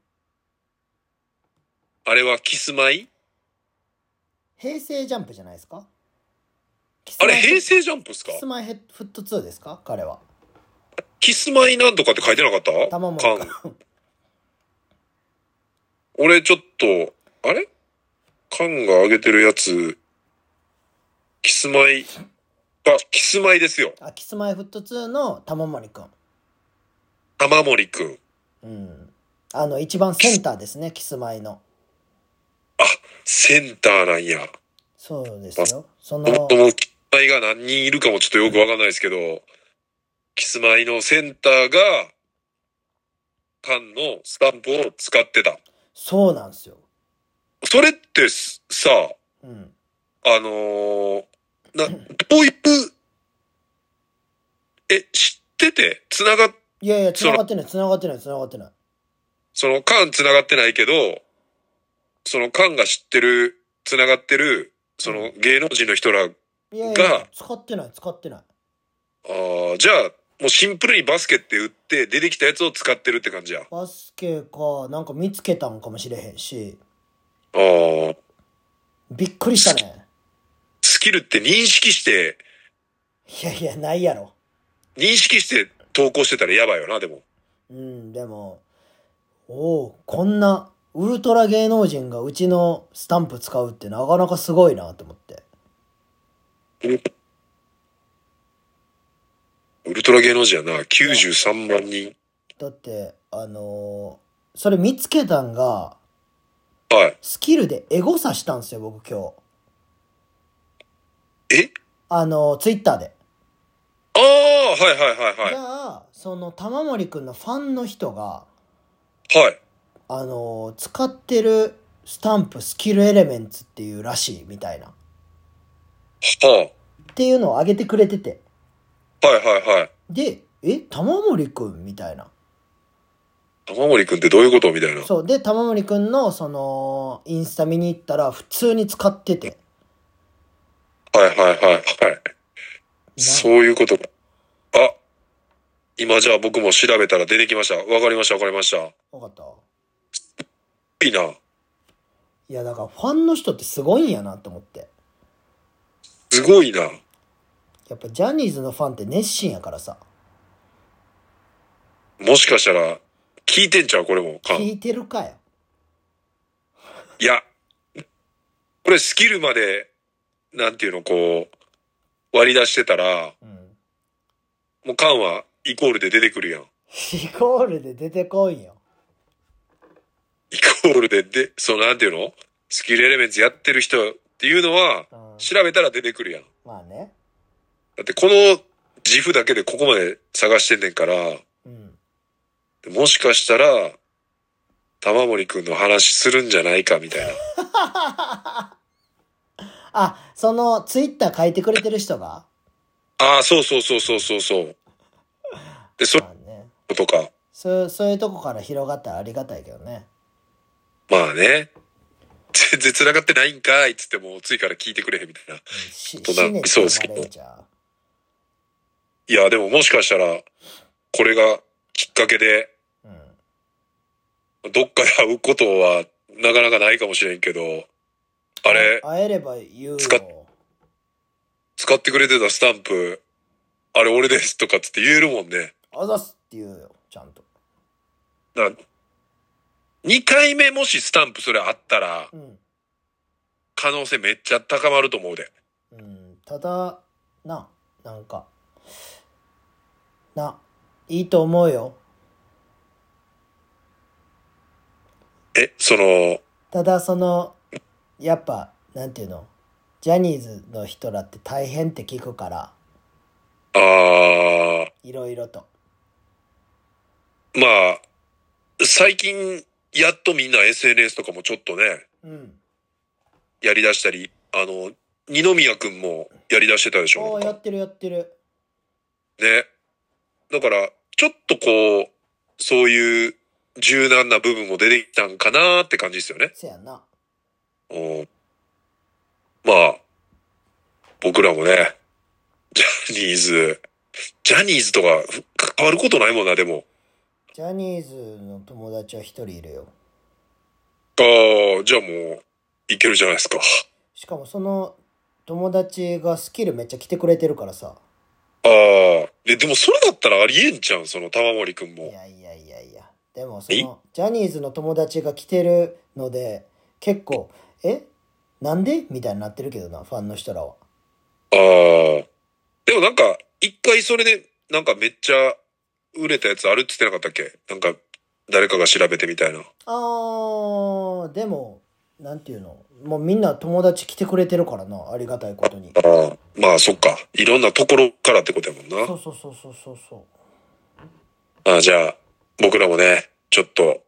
B: あれはキスマイ
A: 平成ジャンプじゃないですか
B: あれ平成ジャンプですか
A: キスマイヘッフット2ですか彼は
B: キスマイなんとかって書いてなかった
A: 玉森
B: 缶
A: 君
B: 俺ちょっと、あれカンが上げてるやつ、キスマイ、あ、キスマイですよ。
A: あキスマイフット2の玉森君
B: 玉森くん。
A: うんあの一番センターですねキスマイの
B: センターなんや。
A: そうですよそ
B: も
A: の
B: ともキスマイが何人いるかもちょっとよくわかんないですけど、キスマイのセンターが、パンのスタンプを使ってた。
A: そうなんですよ。
B: それってすさ、
A: うん。
B: あのーな、どういう、え、知ってて、つながっ、
A: いやいや、繋がってない、繋がってない、繋がってない。
B: その缶つながってないけど、その缶が知ってる、つながってる、その芸能人の人ら、あ
A: いやいや
B: が、
A: 使ってない、使ってない。
B: ーじゃあ、もうシンプルにバスケって打って出てきたやつを使ってるって感じや。あ
A: バスケか、なんか見つけたんかもしれへんし、
B: あ、
A: びっくりしたね。
B: スキルって認識して、
A: いやいや、ないやろ。
B: 認識して投稿してたらやばいよな、でも。
A: うん、でも、おおこんな、ウルトラ芸能人がうちのスタンプ使うってなかなかすごいなと思って。
B: ウルトラ芸能人やな、93万人。
A: だって、あのーそれ見つけたんが、
B: はい。
A: スキルでエゴサしたんですよ、僕今日。
B: え
A: あのーツイッターで。
B: ああ、はいはいはい
A: じゃ
B: は
A: あ、その玉森くんのファンの人が、
B: い。はい。
A: あのー使ってるスタンプスキルエレメンツっていうらしいみたいな。っ
B: は
A: ていうのを上げてくれてて。
B: あ。はいはいはい。
A: で、え、玉森くんみたいな。
B: 玉森くんってどういうことみたいな。
A: そう。で、玉森くんのその、インスタ見に行ったら普通に使ってて。
B: はいはいはいはい。そういうことか。あ、今じゃあ僕も調べたら出てきました。わかりましたわかりました。
A: わかった
B: いいな。
A: いや、だからファンの人ってすごいんやなと思って。
B: すごいな。
A: やっぱジャニーズのファンって熱心やからさ。
B: もしかしたら、聞いてんちゃうこれも。か
A: 聞いてるかよ。
B: いや、これスキルまで、なんていうの、こう、割り出してたら、
A: うん。
B: もう缶はイコールで出てくるやん。
A: イコールで出てこいよ。
B: イコールで、で、そのなんていうのスキルエレメンツやってる人っていうのは、
A: うん。
B: 調べたら出てくるやん。
A: まあね。
B: だってこの自負だけでここまで探してんねんから、
A: うん。
B: もしかしたら、玉森くんの話するんじゃないかみたいな。
A: あ、その、ツイッター書いてくれてる人が
B: ああ、そうそうそうそうそうそう。で、そういう
A: まあね。
B: ことか。
A: そう、そういうとこから広がったらありがたいけどね。
B: まあね。 全然繋がってないんかいっつってもうついから聞いてくれへんみたいな。
A: し、
B: 大人
A: 死ね
B: そうですけど
A: ってなれんちゃ
B: いや、でももしかしたら、これがきっかけで、
A: ううん。
B: どっかで会うことはなかなかないかもしれんけど、あれ、
A: 会えれば言う
B: 使っ
A: よ。
B: 使ってくれてたスタンプ、あれ俺ですとかっつって言えるもんね。
A: あざすって言うよ、ちゃんと。
B: だ2回目もしスタンプそれあったら、
A: うん。
B: 可能性めっちゃ高まると思うで。
A: うん。ただ、な、なんか、な、いいと思うよ。
B: え、その、
A: ただそのやっぱなんていうのジャニーズの人らって大変って聞くから
B: あ
A: いろいろと
B: ー、まあ、最近、やっとみんな SNS とかもちょっとね、
A: うん
B: やりだしたり、あの、二宮くんもやりだしてたでし
A: お
B: ょ。
A: お
B: なん
A: や
B: か
A: ってるやってる
B: ね。だから、ちょっとこう、そういう柔軟な部分も出てきたんかなって感じですよね。
A: せやな
B: うんまあ、僕らもね、ジャニーズ、ジャニーズとかふ関わることないもんな、でも。
A: ジャニーズの友達は一人いるよ
B: ああ、じゃあもう、いけるじゃないですか。
A: しかもその友達がスキルめっちゃ来てくれてるからさ
B: ああ、で、でもそれだったらありえんじゃん、その玉森くん
A: い
B: も。
A: やいやいやいやでもそのジャニーズの友達が来てるので結構えなんでみたいになってるけどなファンの人らは
B: ああ。でもなんか、一回それで、なんかめっちゃ売れたやつあるって言ってなかったっけなんか、誰かが調べてみたいな。
A: あーでもなんていうのもうみんな友達来てくれてるからなありがたいことに
B: ああ。まあそっか。いろんなところからってことやもんな。
A: そうそうそうそうそうそ
B: ああ、じゃあ、僕らもね、ちょっと、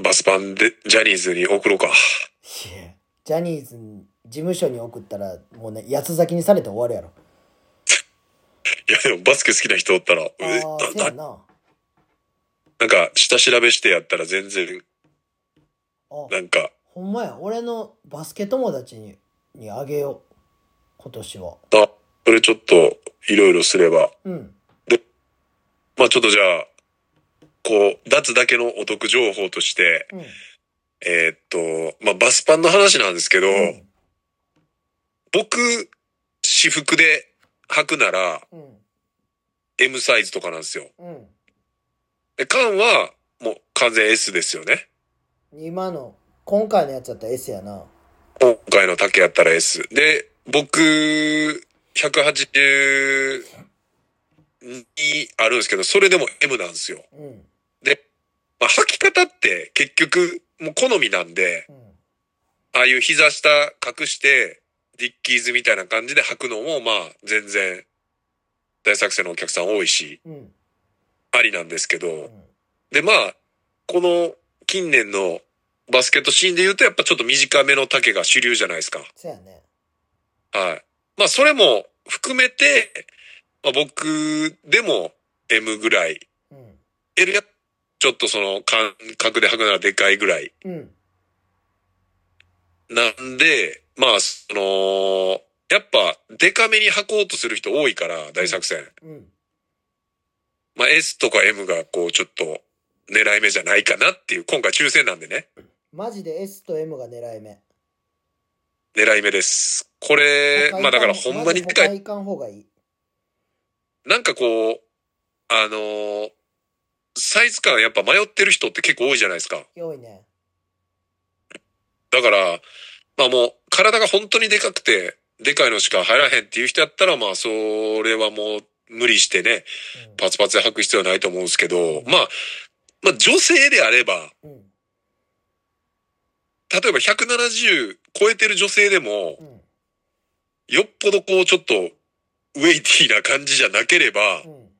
B: バスパンで、ジャニーズに送ろうか。
A: いやジャニーズに事務所に送ったらもうね八つ咲きにされて終わるやろ
B: いや、でもバスケ好きな人おったら、う
A: あ
B: え
A: あせ
B: な
A: や
B: な
A: な
B: なんか、下調べしてやったら全然、
A: あ
B: なんか、
A: ほんまや俺のバスケ友達ににあげよう今年は
B: あ、それちょっと、いろいろすれば。
A: うん
B: まあちょっとじゃあ、こう、脱だけのお得情報として、
A: うん
B: えーっと、まあバスパンの話なんですけど、
A: うん
B: 僕、私服で履くなら、
A: うん
B: M サイズとかなんですよ。
A: うん
B: で、缶は、もう完全 S ですよね。
A: 今の今回のやつだったら S やな
B: 今回の竹やったら S。で、僕、180にあるんですけど、それでも M なんですよ。
A: うん
B: で、まあ、履き方って結局、もう好みなんで、
A: うん
B: ああいう膝下隠して、ディッキーズみたいな感じで履くのも、まあ、全然、大作戦のお客さん多いし、
A: うん
B: ありなんですけ
A: う
B: ど、
A: ん
B: で、まあ、この近年のバスケットシーンで言うと、やっぱちょっと短めの丈が主流じゃないですか。
A: せやね
B: はい。まあ、それも含めて、まあ、僕でも M ぐらい、
A: うん
B: L や、ちょっとその感覚で履くならでかいぐらい。
A: うん
B: なんで、まあ、その、やっぱ、デカめに履こうとする人多いから、大作戦。
A: うん
B: まあ、S とか M が、こう、ちょっと、狙い目じゃないかなっていう、今回抽選なんでね、
A: マジで S と M が狙い目
B: 狙い目です。これ、まあだからほんまに
A: で
B: で
A: か
B: か
A: い
B: い、
A: かん方がいい
B: なんかこう、あのーサイズ感やっぱ迷ってる人って結構多いじゃないですか。
A: 良いね
B: だから、まあもう、体が本当にでかくて、でかいのしか入らへんっていう人やったら、まあ、それはもう、無理してね、パツパツで履く必要はないと思うんですけど、まあ、まあ女性であれば、
A: うんうん
B: 例えば170超えてる女性でも
A: う、ん
B: よっぽどこうちょっと、ウェイティーな感じじゃなければ、
A: うん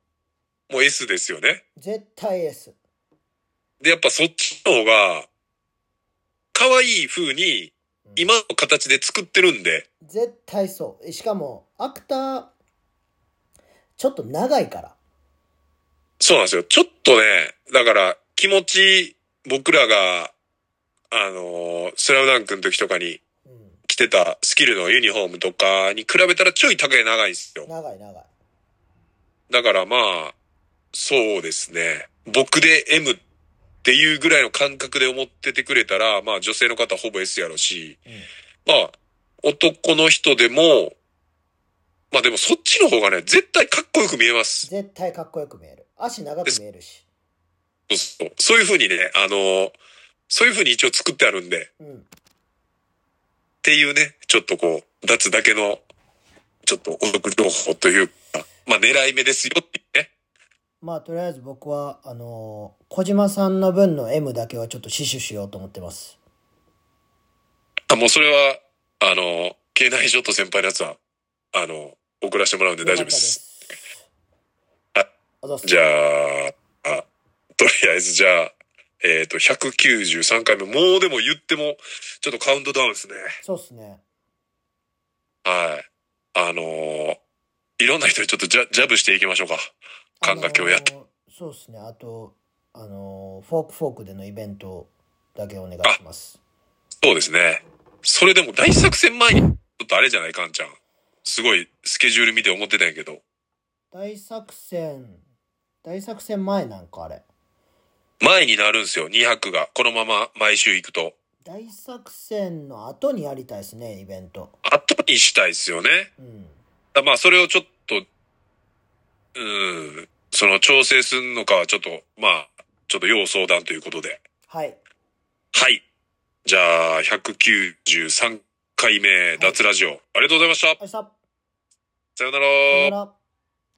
B: もう S ですよね。
A: 絶対 S
B: で、やっぱそっちの方が、可愛い風に、
A: うん
B: 今の形で作ってるんで、
A: 絶対そうえしかもアクターちょっと長いから
B: そうなんですよ。ちょっとね、だから気持ち、僕らが、あのースラムダンクの時とかに
A: うん
B: 着てたスキルのユニフォームとかに比べたらちょい高い長いんですよ。
A: 長い長い
B: だからまあ、そうですね。僕で M っていうぐらいの感覚で思っててくれたら、まあ女性の方ほぼ S やろし、
A: うん
B: まあ男の人でも、まあでもそっちの方がね、絶対かっこよく見えます。
A: 絶対かっこよく見える足長く見えるし
B: そうそうそういうふうにね、あのーそういうふうに一応作ってあるんで、
A: うん
B: っていうね、ちょっとこう、脱だけの、ちょっとお得情報というか、まあ狙い目ですよっていうね。
A: まあとりあえず僕はあのー小島さんの分の M だけはちょっと死守しようと思ってます
B: あ、もうそれは、あの、経内ジョット先輩のやつは、あの、送らせてもらうんで大丈夫です。
A: よかった
B: あ
A: ですあざっす
B: じゃああ、とりあえずじゃあ、えっ、と、193回目、もうでも言っても、ちょっとカウントダウンですね。
A: そうっすね
B: はい。あのーいろんな人にちょっとジャジャブしていきましょうか。感覚をやっ
A: あのーそうっすねあとあのーフォークフォークでのイベントだけお願いします
B: そうですね。それでも大作戦前に、ちょっとあれじゃないかんちゃん。すごい、スケジュール見て思ってたんやけど。
A: 大作戦大作戦前なんかあれ
B: 前になるんですよ、2泊が。このまま毎週行くと。
A: 大作戦の後にやりたいですねイベント
B: 後にしたいですよね。
A: うん
B: だまあ、それをちょっと、うん、その調整するのかはちょっと、まあ、ちょっと要相談ということで。
A: はい
B: はい。じゃあ、193回目、脱ラジオ、ありがとうございました。
A: 明日さよ
B: さよなら。
A: なら